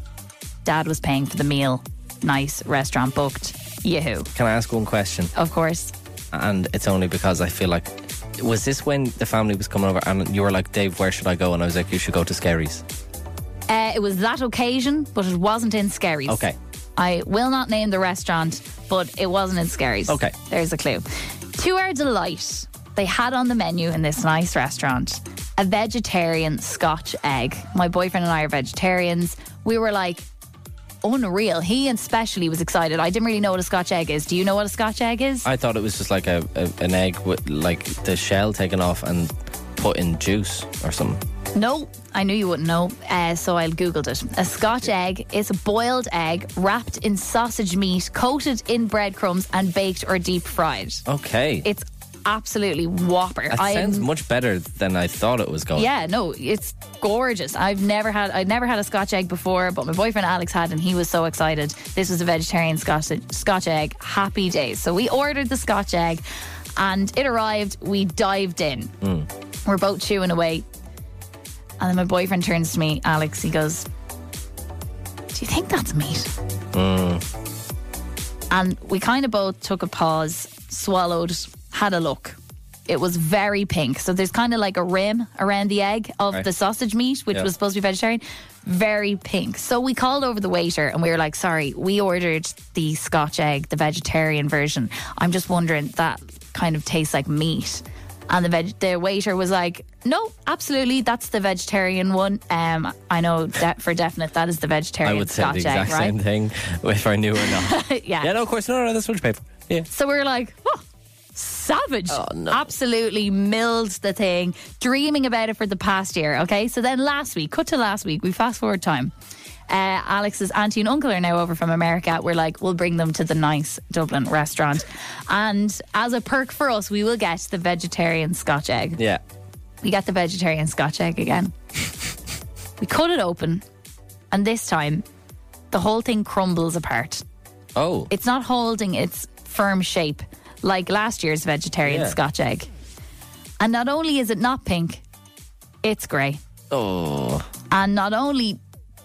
S3: Dad was paying for the meal. Nice restaurant booked. Yahoo.
S4: Can I ask one question?
S3: Of course.
S4: And it's only because I feel like was this when the family was coming over and you were like, Dave, where should I go? And I was like, you should go to Scary's.
S3: Uh, it was that occasion, but it wasn't in Scary's.
S4: Okay.
S3: I will not name the restaurant, but it wasn't in Scary's.
S4: Okay.
S3: There's a clue. To our delight, they had on the menu in this nice restaurant a vegetarian scotch egg. My boyfriend and I are vegetarians. We were like, unreal. He especially was excited. I didn't really know what a scotch egg is. Do you know what a scotch egg is?
S4: I thought it was just like a, a an egg with like the shell taken off and put in juice or something.
S3: No, I knew you wouldn't know, uh, so I googled it. A Scotch egg is a boiled egg wrapped in sausage meat, coated in breadcrumbs, and baked or deep fried.
S4: Okay.
S3: It's absolutely whopper.
S4: that
S3: I
S4: sounds much better than I thought it was going.
S3: yeah, no, it's gorgeous. I've never had I'd never had a Scotch egg before, but my boyfriend Alex had, and he was so excited. This was a vegetarian Scotch Scotch egg. Happy days. So we ordered the Scotch egg, and it arrived. We dived in.
S4: Hmm.
S3: We're both chewing away, and then my boyfriend turns to me, Alex. He goes, "Do you think that's meat?"
S4: Mm.
S3: And we kind of both took a pause, swallowed, had a look. It was very pink. So there's kind of like a rim around the egg of
S4: Right.
S3: the sausage meat, which
S4: Yeah.
S3: was supposed to be vegetarian. Very pink. So we called over the waiter and we were like, sorry, we ordered the scotch egg, the vegetarian version. I'm just wondering, that kind of tastes like meat. And the, veg- the waiter was like, no, absolutely, that's the vegetarian one. Um, I know that for definite that is the
S4: I
S3: vegetarian
S4: would say the
S3: scotch
S4: exact
S3: egg, right?
S4: same thing if I knew or not.
S3: yeah.
S4: yeah, no, of course, no, no, that's much paper. Yeah.
S3: So we were like, oh, savage.
S4: no.
S3: Absolutely milled the thing, dreaming about it for the past year. Okay. So then last week, cut to last week, we fast forward time. Uh, Alex's auntie and uncle are now over from America. We're like, we'll bring them to the nice Dublin restaurant. And as a perk for us, we will get the vegetarian scotch egg.
S4: Yeah.
S3: We got the vegetarian scotch egg again. we cut it open. And this time, the whole thing crumbles apart
S4: Oh.
S3: it's not holding its firm shape like last year's vegetarian
S4: Yeah.
S3: scotch egg. And not only is it not pink, it's grey.
S4: oh.
S3: And not only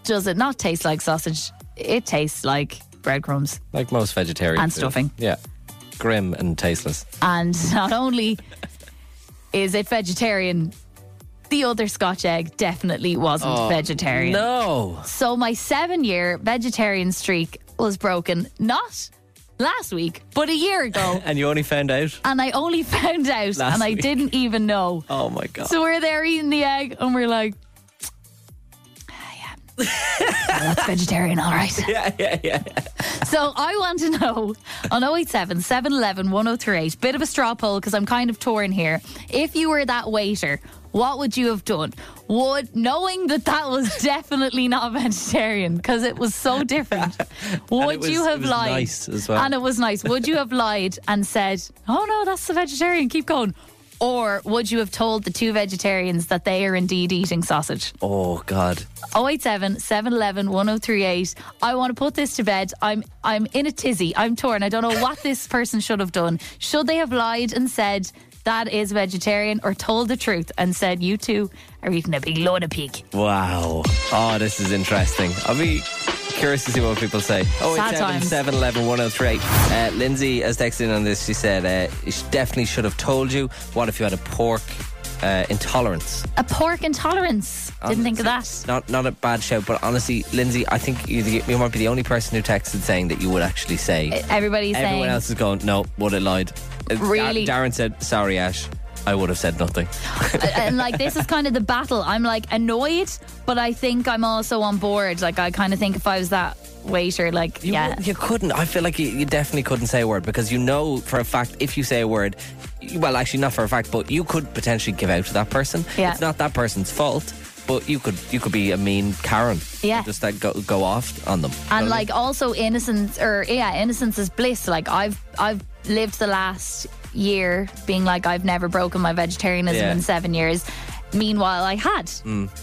S3: does it not taste like sausage, it tastes like breadcrumbs.
S4: Like most vegetarian
S3: And
S4: food.
S3: stuffing.
S4: Yeah. Grim and tasteless.
S3: And not only is it vegetarian, the other scotch egg definitely wasn't vegetarian.
S4: Oh, No.
S3: So my seven year vegetarian streak was broken not last week, but a year ago.
S4: And you only found out?
S3: and I only found out,
S4: Last
S3: and I
S4: week.
S3: didn't even know.
S4: Oh my god.
S3: So we're there eating the egg, and we're like, "Ah, yeah. Well, that's vegetarian, all right.
S4: yeah, yeah, yeah.
S3: So I want to know on 087 711 1038, bit of a straw poll because I'm kind of torn here. If you were that waiter, what would you have done? Would knowing that that was definitely not vegetarian because it was so different, would
S4: was-
S3: you
S4: it
S3: have
S4: was
S3: lied?
S4: nice as well.
S3: And it was nice. Would you have lied and said, "Oh no, that's the vegetarian. Keep going," or would you have told the two vegetarians that they are indeed eating sausage?
S4: Oh god.
S3: 087 711 1038. I want to put this to bed. I'm I'm in a tizzy. I'm torn. I don't know what this person should have done. Should they have lied and said that is vegetarian or told the truth and said you two are eating a big load of pig?
S4: Wow. Oh, this is interesting. I'll be curious to see what people say. Oh,
S3: Sad
S4: it's
S3: times.
S4: 711 1038. Uh, Lindsay has texted in on this. She said, uh, she definitely should have told you. What if you had a pork uh, intolerance?
S3: A pork intolerance.
S4: Oh,
S3: Didn't think of that.
S4: Not not a bad shout, but honestly, Lindsay, I think you, you might be the only person who texted saying that you would actually say.
S3: Everybody's
S4: Everyone
S3: saying
S4: else is going, no, would have lied. Uh, Dar-
S3: Really?
S4: Darren said, sorry, Ash. I would have said nothing.
S3: uh, and like this is kind of the battle. I'm like annoyed, but I think I'm also on board. Like I kind of think if I was that waiter, like
S4: You,
S3: yeah.
S4: you couldn't. I feel like you, you definitely couldn't say a word because you know for a fact if you say a word, you- well, actually not for a fact, but you could potentially give out to that person.
S3: Yeah.
S4: It's not that person's fault, but you could you could be a mean Karen.
S3: Yeah.
S4: And just like go, go off on them.
S3: and
S4: You know what I mean?
S3: like also innocence or yeah innocence is bliss like i've i've lived the last year being like i've never broken my vegetarianism
S4: Yeah. Mm.
S3: in seven years meanwhile i had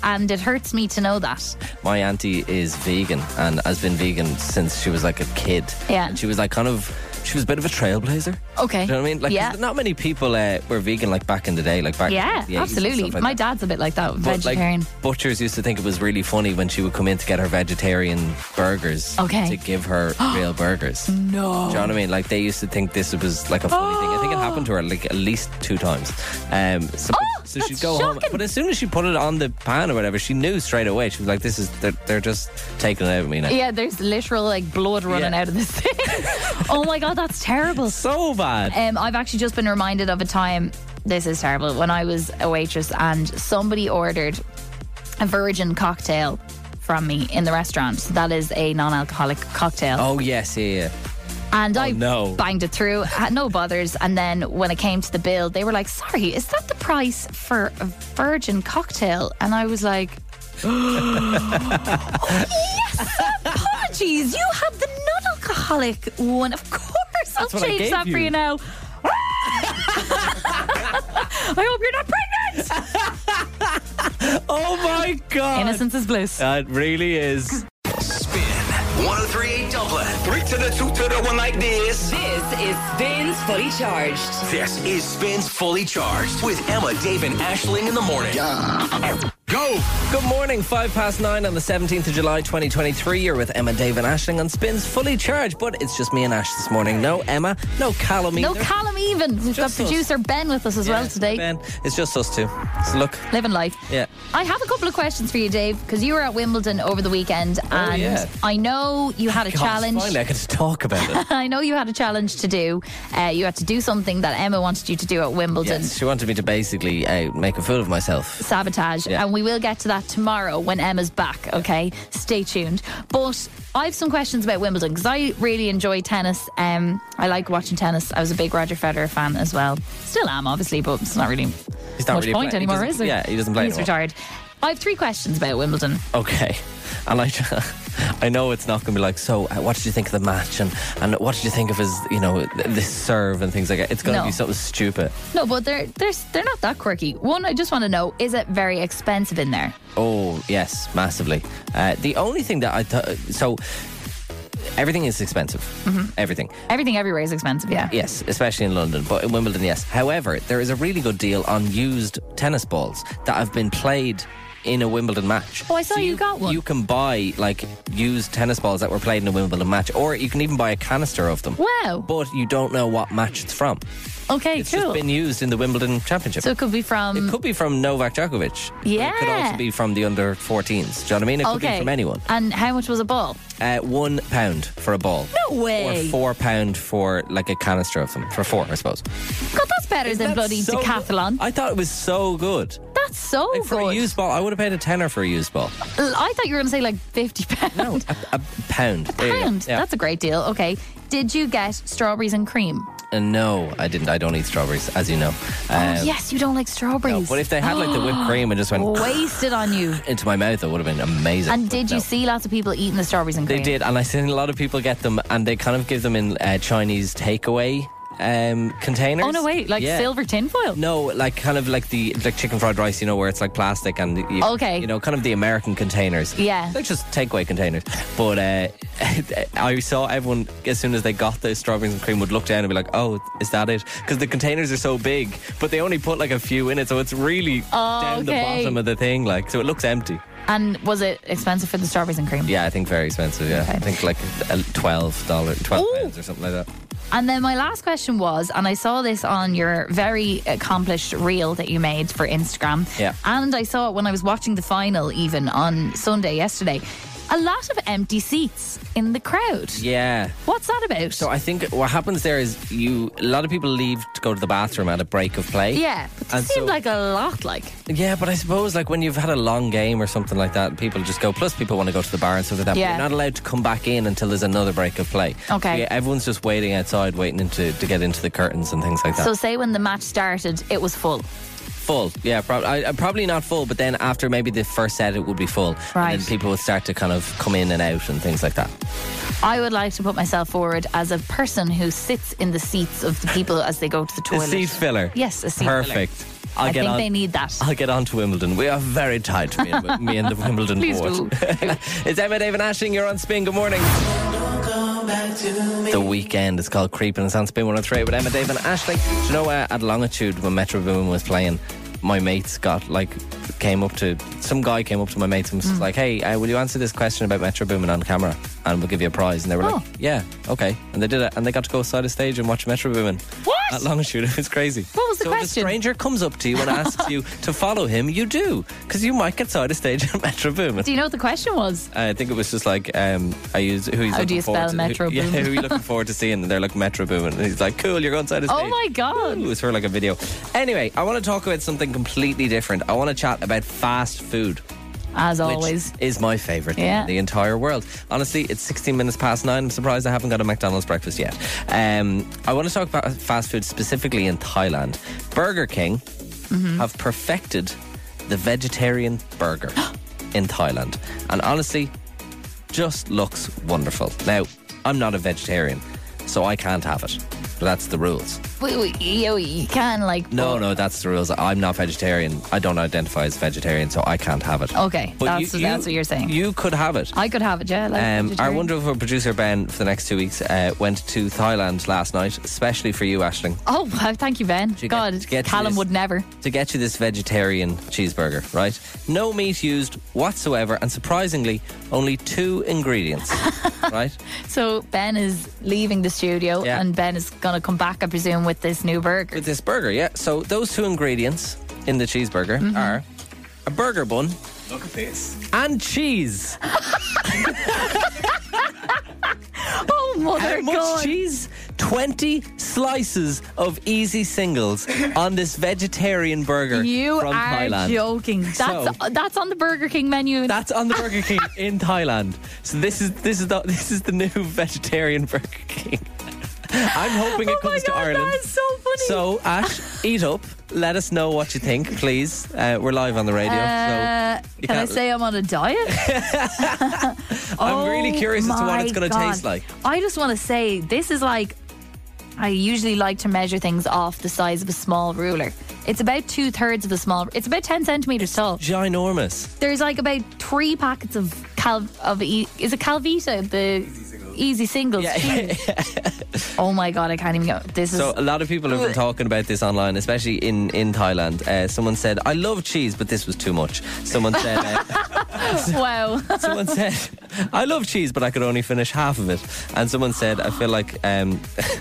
S3: and it hurts me to know that
S4: my auntie is vegan and has been vegan since she was like a kid.
S3: Yeah. Oh,
S4: And she was like kind of she was a bit of a trailblazer.
S3: Okay.
S4: Do you know what I mean? Like,
S3: yeah.
S4: not many people uh, were vegan like back in the day, like back.
S3: yeah,
S4: in the 80s and
S3: absolutely.
S4: stuff like
S3: My
S4: that.
S3: dad's a bit like that,
S4: But, like,
S3: vegetarian.
S4: butchers used to think it was really funny when she would come in to get her vegetarian burgers.
S3: Okay.
S4: To give her real burgers.
S3: no.
S4: Do you know what I mean? Like they used to think this was like a funny thing. I think it happened to her like at least two times. Um, so
S3: Oh,
S4: so
S3: that's
S4: she'd go home,
S3: shocking.
S4: but as soon as she put it on the pan or whatever, she knew straight away. She was like, "This is they're, they're just taking it out of me now."
S3: Yeah, there's literal like blood running
S4: Yeah.
S3: out of this thing. oh my god, that's terrible.
S4: So bad.
S3: Um, I've actually just been reminded of a time. This is terrible. When I was a waitress and somebody ordered a virgin cocktail from me in the restaurant. That is a non-alcoholic cocktail.
S4: Oh yes, yeah. yeah.
S3: And I
S4: Oh, no.
S3: banged it through, had no bothers. And then when it came to the bill, they were like, sorry, is that the price for a virgin cocktail? And I was like, oh, yes, apologies. You have the non alcoholic one. Of course, I'll
S4: what I
S3: change
S4: gave
S3: that for
S4: you.
S3: you now. I hope you're not pregnant.
S4: Oh uh, my god.
S3: Innocence is bliss.
S4: That really is.
S1: Spin 1038 Dublin. Three to the two to the one like this.
S2: This is Spins Fully Charged.
S1: This is Spins Fully Charged with Emma, Dave, and Ashling in the morning. Go!
S4: Good morning, five past nine on the 17th of July 2023. You're with Emma, Dave, and Ashling on Spins Fully Charged, but it's just me and Ash this morning. No Emma, no Callum
S3: No
S4: either.
S3: Callum even. We've got
S4: Just us.
S3: producer Ben with us as well
S4: Yeah,
S3: today.
S4: Ben, it's just us two. So look,
S3: Living life.
S4: Yeah.
S3: I have a couple of questions for you, Dave, because you were at Wimbledon over the weekend, and
S4: yeah.
S3: I know you had a
S4: Oh, God,
S3: challenge.
S4: Finally, I could talk about it.
S3: I know you had a challenge to do. Uh, you had to do something that Emma wanted you to do at Wimbledon.
S4: yes, she wanted me to basically uh, make a fool of myself.
S3: Sabotage,
S4: Yeah.
S3: and we will get to that tomorrow when Emma's back. Okay, stay tuned. But I have some questions about Wimbledon because I really enjoy tennis. Um, I like watching tennis. I was a big Roger Federer fan as well. Still am, obviously, but it's not really
S4: He's not
S3: much
S4: really
S3: point
S4: playing. He
S3: anymore,
S4: doesn't-
S3: is there?
S4: yeah, he doesn't play
S3: He's
S4: anymore.
S3: retired. I have three questions about Wimbledon.
S4: Okay, and I, I know it's not going to be like. So, uh, what did you think of the match, and and what did you think of his, you know, th- this serve and things like that? It's going to
S3: No.
S4: be something stupid.
S3: No, but they're they're they're not that quirky. One, I just want to know: is it very expensive in there?
S4: Oh yes, massively. Uh, the only thing that I thought so. Everything is expensive.
S3: Mm-hmm.
S4: Everything.
S3: Everything everywhere is expensive. Yeah.
S4: Yes, especially in London, but in Wimbledon, yes. However, there is a really good deal on used tennis balls that have been played in a Wimbledon match.
S3: Oh, I saw you got one.
S4: You can buy like used tennis balls that were played in a Wimbledon match, or you can even buy a canister of them.
S3: Wow.
S4: But you don't know what match it's from.
S3: okay.
S4: It's
S3: cool.
S4: just been used in the Wimbledon Championship.
S3: so it could be from.
S4: it could be from Novak Djokovic. but It could
S3: Yeah.
S4: also be from the under 14s. Do you know what I mean? It could
S3: okay.
S4: be from anyone.
S3: And how much was a ball?
S4: Uh, one pound for a ball.
S3: No way.
S4: Or four pound for like a canister of them. For four, I suppose.
S3: God, that's better than
S4: That's
S3: bloody
S4: so
S3: decathlon.
S4: good. I thought it was so good.
S3: that's so
S4: Like, for a
S3: good.
S4: used ball, I would have paid a tenner for a used ball.
S3: L- I thought you were going to say like fifty pounds.
S4: No, a, a pound. There you go.
S3: pound.
S4: Yeah.
S3: That's a great deal. Okay. Did you get strawberries and cream?
S4: Uh, no, I didn't. I don't eat strawberries, as you know.
S3: oh,
S4: Um,
S3: yes, you don't like
S4: no,
S3: strawberries.
S4: but if they had like the whipped cream and just went
S3: wasted on you.
S4: into my mouth, it would have been amazing.
S3: And
S4: But
S3: did you
S4: no.
S3: see lots of people eating the strawberries and
S4: They
S3: cream?
S4: did, and I seen a lot of people get them, and they kind of give them in uh, Chinese takeaway um, containers.
S3: Oh no, wait! Like
S4: Yeah.
S3: silver tinfoil.
S4: No, like kind of like the like chicken fried rice, you know, where it's like plastic and you,
S3: Okay.
S4: you know, kind of the American containers.
S3: Yeah.
S4: they're just takeaway containers. But uh, I saw everyone as soon as they got the strawberries and cream would look down and be like, "Oh, is that it?" Because the containers are so big, but they only put like a few in it, so it's really down the
S3: Oh, Okay.
S4: bottom of the thing, like so it looks empty.
S3: And was it expensive for the strawberries and cream?
S4: Yeah, I think very expensive. Yeah, I think like a twelve dollars, twelve
S3: Ooh.
S4: pounds or something like that.
S3: And then my last question was, and I saw this on your very accomplished reel that you made for Instagram.
S4: Yeah.
S3: And I saw it when I was watching the final, even on Sunday yesterday. A lot of empty seats in the crowd.
S4: Yeah.
S3: What's that about?
S4: So I think what happens there is you a lot of people leave to go to the bathroom at a break of play.
S3: yeah, but it
S4: And
S3: seemed
S4: so-
S3: like a lot. Like,
S4: Yeah, but I suppose like when you've had a long game or something like that, people just go. Plus, people want to go to the bar and stuff like that.
S3: Yeah.
S4: But you're not allowed to come back in until there's another break of play.
S3: Okay.
S4: So, yeah, everyone's just waiting outside, waiting into, to get into the curtains and things like that.
S3: so say when the match started, it was full.
S4: full, yeah, prob- I, I- probably not full, but then after maybe the first set, it would be full.
S3: Right.
S4: And then people would start to kind of come in and out and things like that.
S3: I would like to put myself forward as a person who sits in the seats of the people as they go to the
S4: A
S3: toilet.
S4: seat filler.
S3: Yes, a seat filler.
S4: Perfect. I'll
S3: I
S4: get
S3: think
S4: on.
S3: they need that.
S4: I'll get on to Wimbledon. We are very tight, me and, me and the Wimbledon
S3: Please
S4: board.
S3: do.
S4: it's Emma David Ashing. You're on spin. Good morning.
S11: come back to me.
S4: The weekend is called Creeping. It's on Spin 103 with Emma, Dave, and Ashley. Do you know uh, at Longitude when Metro Boomin was playing, my mates got like came up to some guy came up to my mates and
S3: Hmm.
S4: was like, "Hey, uh, will you answer this question about Metro Boomin on camera, and we'll give you a prize?" And they were
S3: Oh.
S4: like, "Yeah, okay." And they did it, and they got to go outside the stage and watch Metro Boomin.
S3: What?
S4: At Longitude, it was crazy.
S3: What was the
S4: so
S3: question?
S4: If a stranger comes up to you and asks you to follow him, you do because you might get side of stage at Metro Boomin.
S3: Do you know what the question was?
S4: I think it was just like um, I use who he's
S3: How do
S4: looking
S3: you
S4: forward
S3: spell
S4: to,
S3: Metro
S4: who, yeah,
S3: Boomin?
S4: who you looking forward to seeing? And they're like Metro Boomin, and he's like, "Cool, you're going side of
S3: Oh
S4: stage."
S3: my God.
S4: Woo, It's for like a video. Anyway, I want to talk about something completely different. I want to chat about fast food,
S3: As
S4: which
S3: always.
S4: is my favorite thing
S3: Yeah.
S4: in the entire world. Honestly, it's 16 minutes past nine. I'm surprised I haven't got a McDonald's breakfast yet. Um, I want to talk about fast food specifically in Thailand. Burger King
S3: Mm-hmm.
S4: have perfected the vegetarian burger in Thailand, and honestly, just looks wonderful. Now, I'm not a vegetarian, so I can't have it. But that's the rules.
S3: Wait, wait, you, you can like.
S4: No, no, that's the rules. I'm not vegetarian. I don't identify as vegetarian, so I can't have it.
S3: oh, Okay, that's- that's what you're saying.
S4: You could have it.
S3: I could have it, yeah. Like
S4: Um, our
S3: vegetarian.
S4: wonderful producer Ben for the next two weeks uh, went to Thailand last night, especially for you, Ashling,
S3: Oh, wow, thank you, Ben.
S4: you get-
S3: God,
S4: to get to
S3: Callum
S4: this-
S3: would never.
S4: to get you this vegetarian cheeseburger. Right? No meat used whatsoever, and surprisingly, only two ingredients. right?
S3: So Ben is leaving the studio,
S4: Yeah.
S3: and Ben is gonna come back, I presume, with this new burger.
S4: with this burger, yeah. So those two ingredients in the cheeseburger
S3: Mm-hmm.
S4: are a burger bun
S5: Look at this.
S4: and cheese.
S3: Oh, mother
S4: How much
S3: God!
S4: cheese? 20 slices of easy singles on this vegetarian burger
S3: You
S4: from
S3: are
S4: Thailand.
S3: joking. That's
S4: So-
S3: that's on the Burger King menu.
S4: That's on the Burger King in Thailand. So this is this is the this is the new vegetarian Burger King. I'm hoping it
S3: oh my
S4: comes
S3: God,
S4: to Ireland.
S3: that is so funny.
S4: So Ash, eat up. Let us know what you think, please. Uh, we're live on the radio,
S3: Uh,
S4: so you
S3: can I
S4: can't-
S3: say I'm on a diet?
S4: I'm really curious as to what it's
S3: oh my
S4: going to
S3: God.
S4: taste like.
S3: I just want to say this is like I usually like to measure things off the size of a small ruler. It's about two thirds of a small. It's about ten centimeters tall.
S4: Ginormous.
S3: There's like about three packets of cal of e- is it Calvita the easy singles. cheese. oh my god, I can't even go. This is
S4: So uh, a lot of people have been talking about this online, especially in in Thailand. Uh, someone said, "I love cheese, but this was too much." Someone said, uh,
S3: wow.
S4: "Someone said, I love cheese, but I could only finish half of it." And someone said, "I feel like." Um,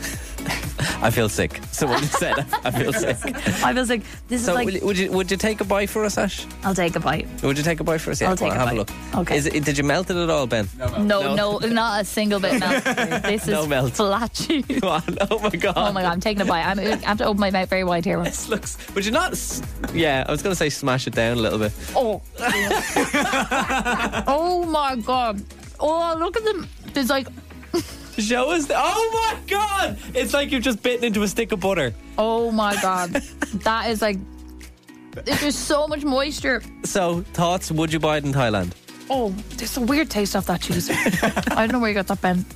S4: I feel sick. Someone said, "I feel sick."
S3: I was like, this
S4: So,
S3: is like.
S4: will you- would you would you take a bite for us, Ash?
S3: I'll take a bite.
S4: Would you take a bite for us? Yeah,
S3: I'll
S4: come
S3: take
S4: on,
S3: a
S4: have a
S3: bite.
S4: look.
S3: Okay.
S4: Is it, did you melt it at all, Ben? No.
S3: No, no, not a single bit melt. This is
S4: No melt.
S3: flat cheese.
S4: oh my god.
S3: Oh my god, I'm taking a bite. I'm, I have to open my mouth very wide here.
S4: This looks. Would you not? s- Yeah, I was going to say smash it down a little bit.
S3: Oh. oh my god. Oh, look at them. There's like,
S4: Show us. The, oh my god! It's like you've just bitten into a stick of butter.
S3: oh my god. that is like, there's just so much moisture.
S4: So, thoughts? Would you buy it in Thailand?
S3: Oh, there's a weird taste off that cheese. I don't know where you got that, Ben.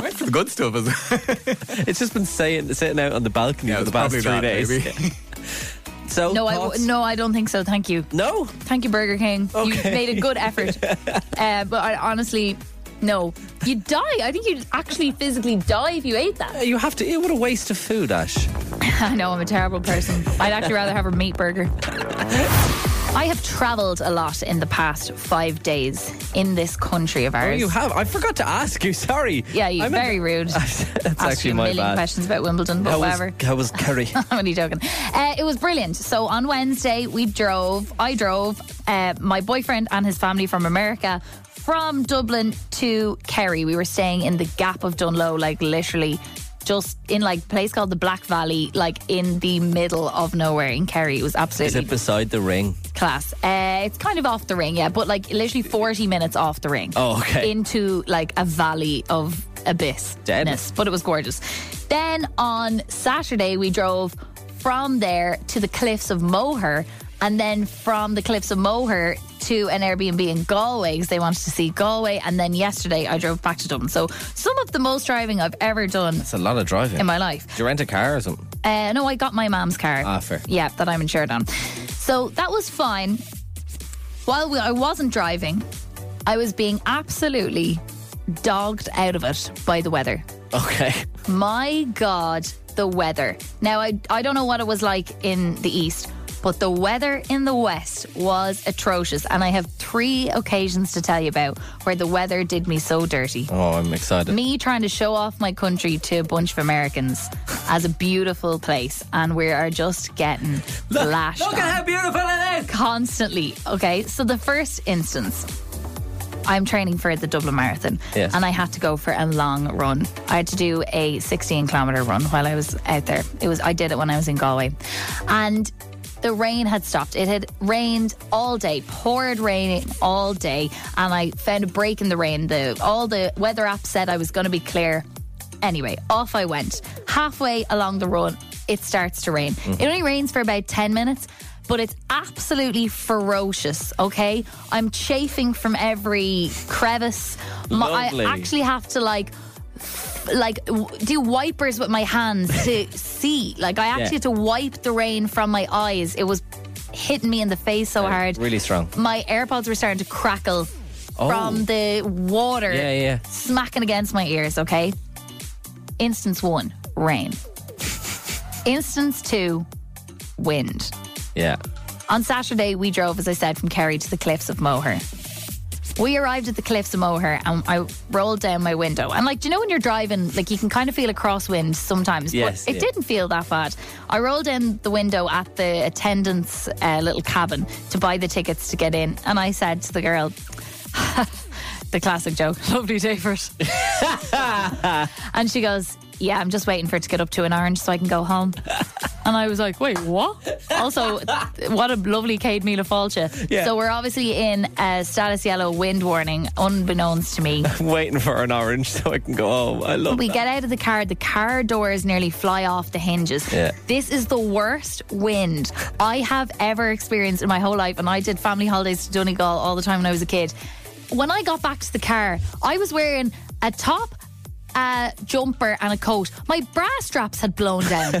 S5: Where's the good stuff? Is
S4: It's just been saying, sitting out on the balcony
S5: yeah,
S4: for
S5: it's
S4: the past
S5: probably
S4: three
S5: that,
S4: days.
S5: maybe.
S4: So,
S3: No, I,
S4: thoughts?
S3: w- no, I don't think so. Thank you.
S4: no.
S3: Thank you, Burger King. You made a good effort. uh, but I, honestly, no. You'd die. I think you'd actually physically die if you ate that.
S4: You have to. eat What a waste of food, Ash.
S3: I know I'm a terrible person. I'd actually rather have a meat burger. I have travelled a lot in the past five days in this country of
S4: Oh,
S3: ours.
S4: you have. I forgot to ask you. Sorry.
S3: yeah, you're
S4: I'm a-
S3: very rude.
S4: That's
S3: Asked you
S4: actually
S3: a
S4: my
S3: million
S4: bad.
S3: questions about Wimbledon, but
S4: How was,
S3: whatever.
S4: how was Kerry?
S3: I'm only joking. Uh, it was brilliant. So on Wednesday, we drove, I drove uh, my boyfriend and his family from America from Dublin to Kerry. We were staying in the gap of Dunlow, like literally just in like a place called the Black Valley, like in the middle of nowhere in Kerry. It was
S4: Is
S3: absolutely
S4: it beside the ring?
S3: class. Uh, it's kind of off the ring, yeah, but like literally 40 minutes off the ring.
S4: Oh, okay.
S3: Into like a valley of abyss.
S4: Dead.
S3: But it was gorgeous. Then on Saturday, we drove from there to the cliffs of Moher. And then from the cliffs of Moher to an Airbnb in Galway because they wanted to see Galway. And then yesterday, I drove back to Dublin. So some of the most driving I've ever done
S4: It's a lot of driving.
S3: in my life.
S4: Did you rent a car or something?
S3: Uh, no, I got my mom's car.
S4: Ah, fair.
S3: Yeah, that I'm insured on. So that was fine. While we, I wasn't driving, I was being absolutely dogged out of it by the weather.
S4: Okay.
S3: My God, the weather. Now, I, I don't know what it was like in the East, but the weather in the West was atrocious. And I have three occasions to tell you about where the weather did me so dirty.
S6: Oh, I'm excited.
S3: Me trying to show off my country to a bunch of Americans as a beautiful place, and we are just getting lashed.
S4: Look
S3: on
S4: at how beautiful it is.
S3: constantly. Okay, so the first instance, I'm training for the Dublin Marathon,
S4: Yes.
S3: and I had to go for a long run. I had to do a 16 kilometer run while I was out there. It was I did it when I was in Galway, and the rain had stopped. It had rained all day, poured rain all day, and I found a break in the rain. The all the weather app said I was going to be clear. Anyway, off I went. Halfway along the run, it starts to rain.
S6: Mm-hmm.
S3: It only rains for about 10 minutes, but it's absolutely ferocious, okay? I'm chafing from every crevice. My-
S6: Lovely.
S3: I actually have to like f- like w- do wipers with my hands to see. Like I actually
S6: Yeah.
S3: had to wipe the rain from my eyes. It was hitting me in the face so hard.
S6: Really strong.
S3: My AirPods were starting to crackle from the water
S6: Yeah, yeah.
S3: smacking against my ears, okay? Instance one, rain. Instance two, wind.
S6: Yeah.
S3: On Saturday, we drove, as I said, from Kerry to the cliffs of Moher. We arrived at the cliffs of Moher and I rolled down my window. And, like, do you know when you're driving, like, you can kind of feel a crosswind sometimes?
S6: Yes,
S3: But it
S6: yeah.
S3: didn't feel that bad. I rolled down the window at the attendant's uh, little cabin to buy the tickets to get in. And I said to the girl, the classic joke, lovely day for it. and she goes, yeah, I'm just waiting for it to get up to an orange so I can go home. And I was like, wait, what? Also, th- what a lovely Cade Mila Falcha.
S4: Yeah.
S3: So we're obviously in a status yellow wind warning, unbeknownst to me.
S4: I'm waiting for an orange so I can go home. I love
S3: We
S4: that.
S3: get out of the car, the car doors nearly fly off the hinges.
S4: Yeah.
S3: This is the worst wind I have ever experienced in my whole life. And I did family holidays to Donegal all the time when I was a kid. When I got back to the car, I was wearing a top, a jumper, and a coat. My bra straps had blown down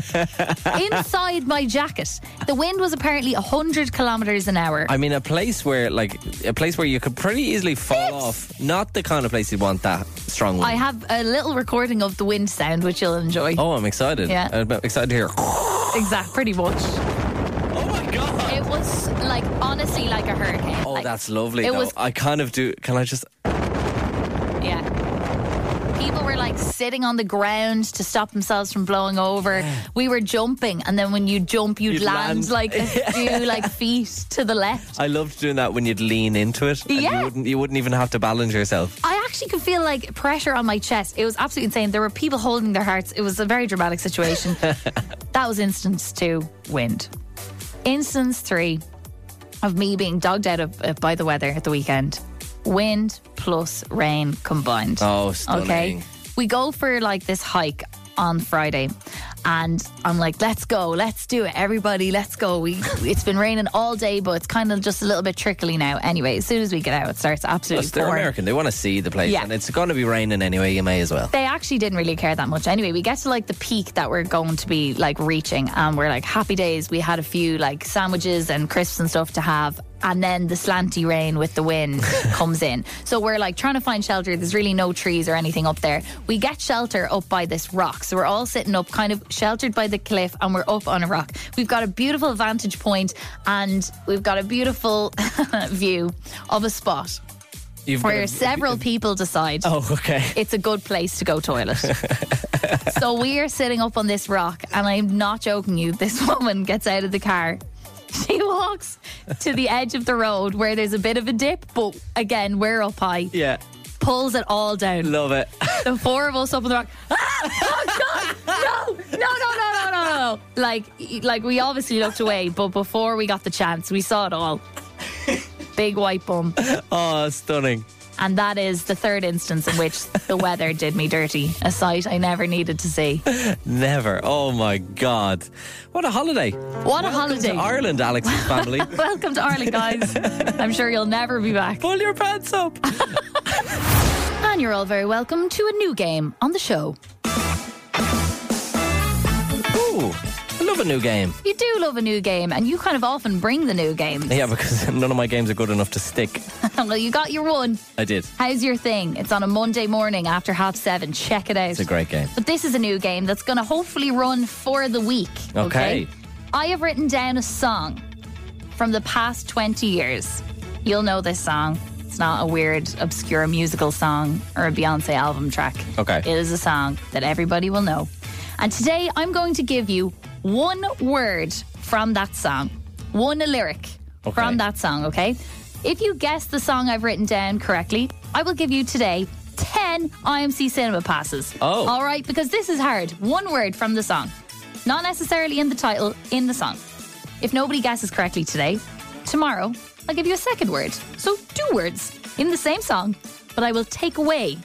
S3: inside my jacket. The wind was apparently 100 kilometers an hour.
S4: I mean, a place where, like, a place where you could pretty easily fall
S3: Yes.
S4: off. Not the kind of place you'd want that strong wind.
S3: I have a little recording of the wind sound, which you'll enjoy.
S4: oh, I'm excited.
S3: Yeah.
S4: I'm excited to hear.
S3: Exact, pretty much.
S4: Oh my god.
S3: It was like honestly like a hurricane.
S4: Oh,
S3: Like,
S4: that's lovely.
S3: It
S4: though.
S3: was
S4: I kind of do. Can I just?
S3: yeah. People were like sitting on the ground to stop themselves from blowing over. We were jumping, and then when you jump, you'd,
S4: You'd
S3: land,
S4: land.
S3: like a few like feet to the left.
S4: I loved doing that when you'd lean into it. and
S3: Yeah.
S4: you wouldn't. You wouldn't even have to balance yourself.
S3: I actually could feel like pressure on my chest. It was absolutely insane. There were people holding their hearts. It was a very dramatic situation. that was instance two, wind. Instance three of me being dogged out of, uh, by the weather at the weekend. Wind plus rain combined.
S4: Oh, stunning.
S3: Okay. We go for like this hike on Friday and I'm like, let's go, let's do it, everybody, let's go. We it's been raining all day, but it's kind of just a little bit trickly now. Anyway, as soon as we get out, it starts absolutely
S4: Plus, they're
S3: pouring.
S4: American. They want to see the place,
S3: Yeah.
S4: and it's going to be raining anyway. You may as well.
S3: They actually didn't really care that much. Anyway, we get to like the peak that we're going to be like reaching, and we're like happy days. We had a few like sandwiches and crisps and stuff to have, and then the slanty rain with the wind comes in. So we're like trying to find shelter. There's really no trees or anything up there. We get shelter up by this rock. So we're all sitting up, kind of sheltered by the cliff, and we're up on a rock. We've got a beautiful vantage point, and we've got a beautiful view of a spot
S4: You've
S3: where
S4: got a-
S3: several people decide
S4: Oh, okay.
S3: it's a good place to go toilet. so we are sitting up on this rock, and I'm not joking you. This woman gets out of the car. She walks to the edge of the road where there's a bit of a dip, but again, we're up high.
S4: Yeah.
S3: Pulls it all down.
S4: Love it.
S3: The four of us up on the rock. Ah! Oh, God! No! No! No! No! No! No! No! Like, like we obviously looked away, but before we got the chance, we saw it all. Big white bum.
S4: Oh, stunning.
S3: And that is the third instance in which the weather did me dirty, a sight I never needed to see.
S4: Never. Oh my god. What a holiday. What
S3: What a holiday.
S4: To Ireland, Alex's family.
S3: Welcome to Ireland, guys. I'm sure you'll never be back.
S4: Pull your pants up.
S3: And you're all very welcome to a new game on the show.
S4: Ooh. Look love a new game.
S3: You do love a new game, and you kind of often bring the new games.
S4: Yeah, because none of my games are good enough to stick.
S3: well, you got your one.
S4: I did.
S3: How's your thing? It's on a Monday morning after half seven. Check it out.
S4: It's a great game.
S3: But this is a new game that's going to hopefully run for the week.
S4: Okay.
S3: I have written down a song from the past 20 years. You'll know this song. It's not a weird, obscure musical song or a Beyonce album track.
S4: Okay.
S3: It is a song that everybody will know. And today I'm going to give you one word from that song, one lyric
S4: Okay.
S3: from that song, okay? If you guess the song I've written down correctly, I will give you today 10 IMC Cinema Passes.
S4: Oh.
S3: All right, because this is hard. One word from the song, not necessarily in the title, in the song. If nobody guesses correctly today, tomorrow I'll give you a second word. So two words in the same song, but I will take away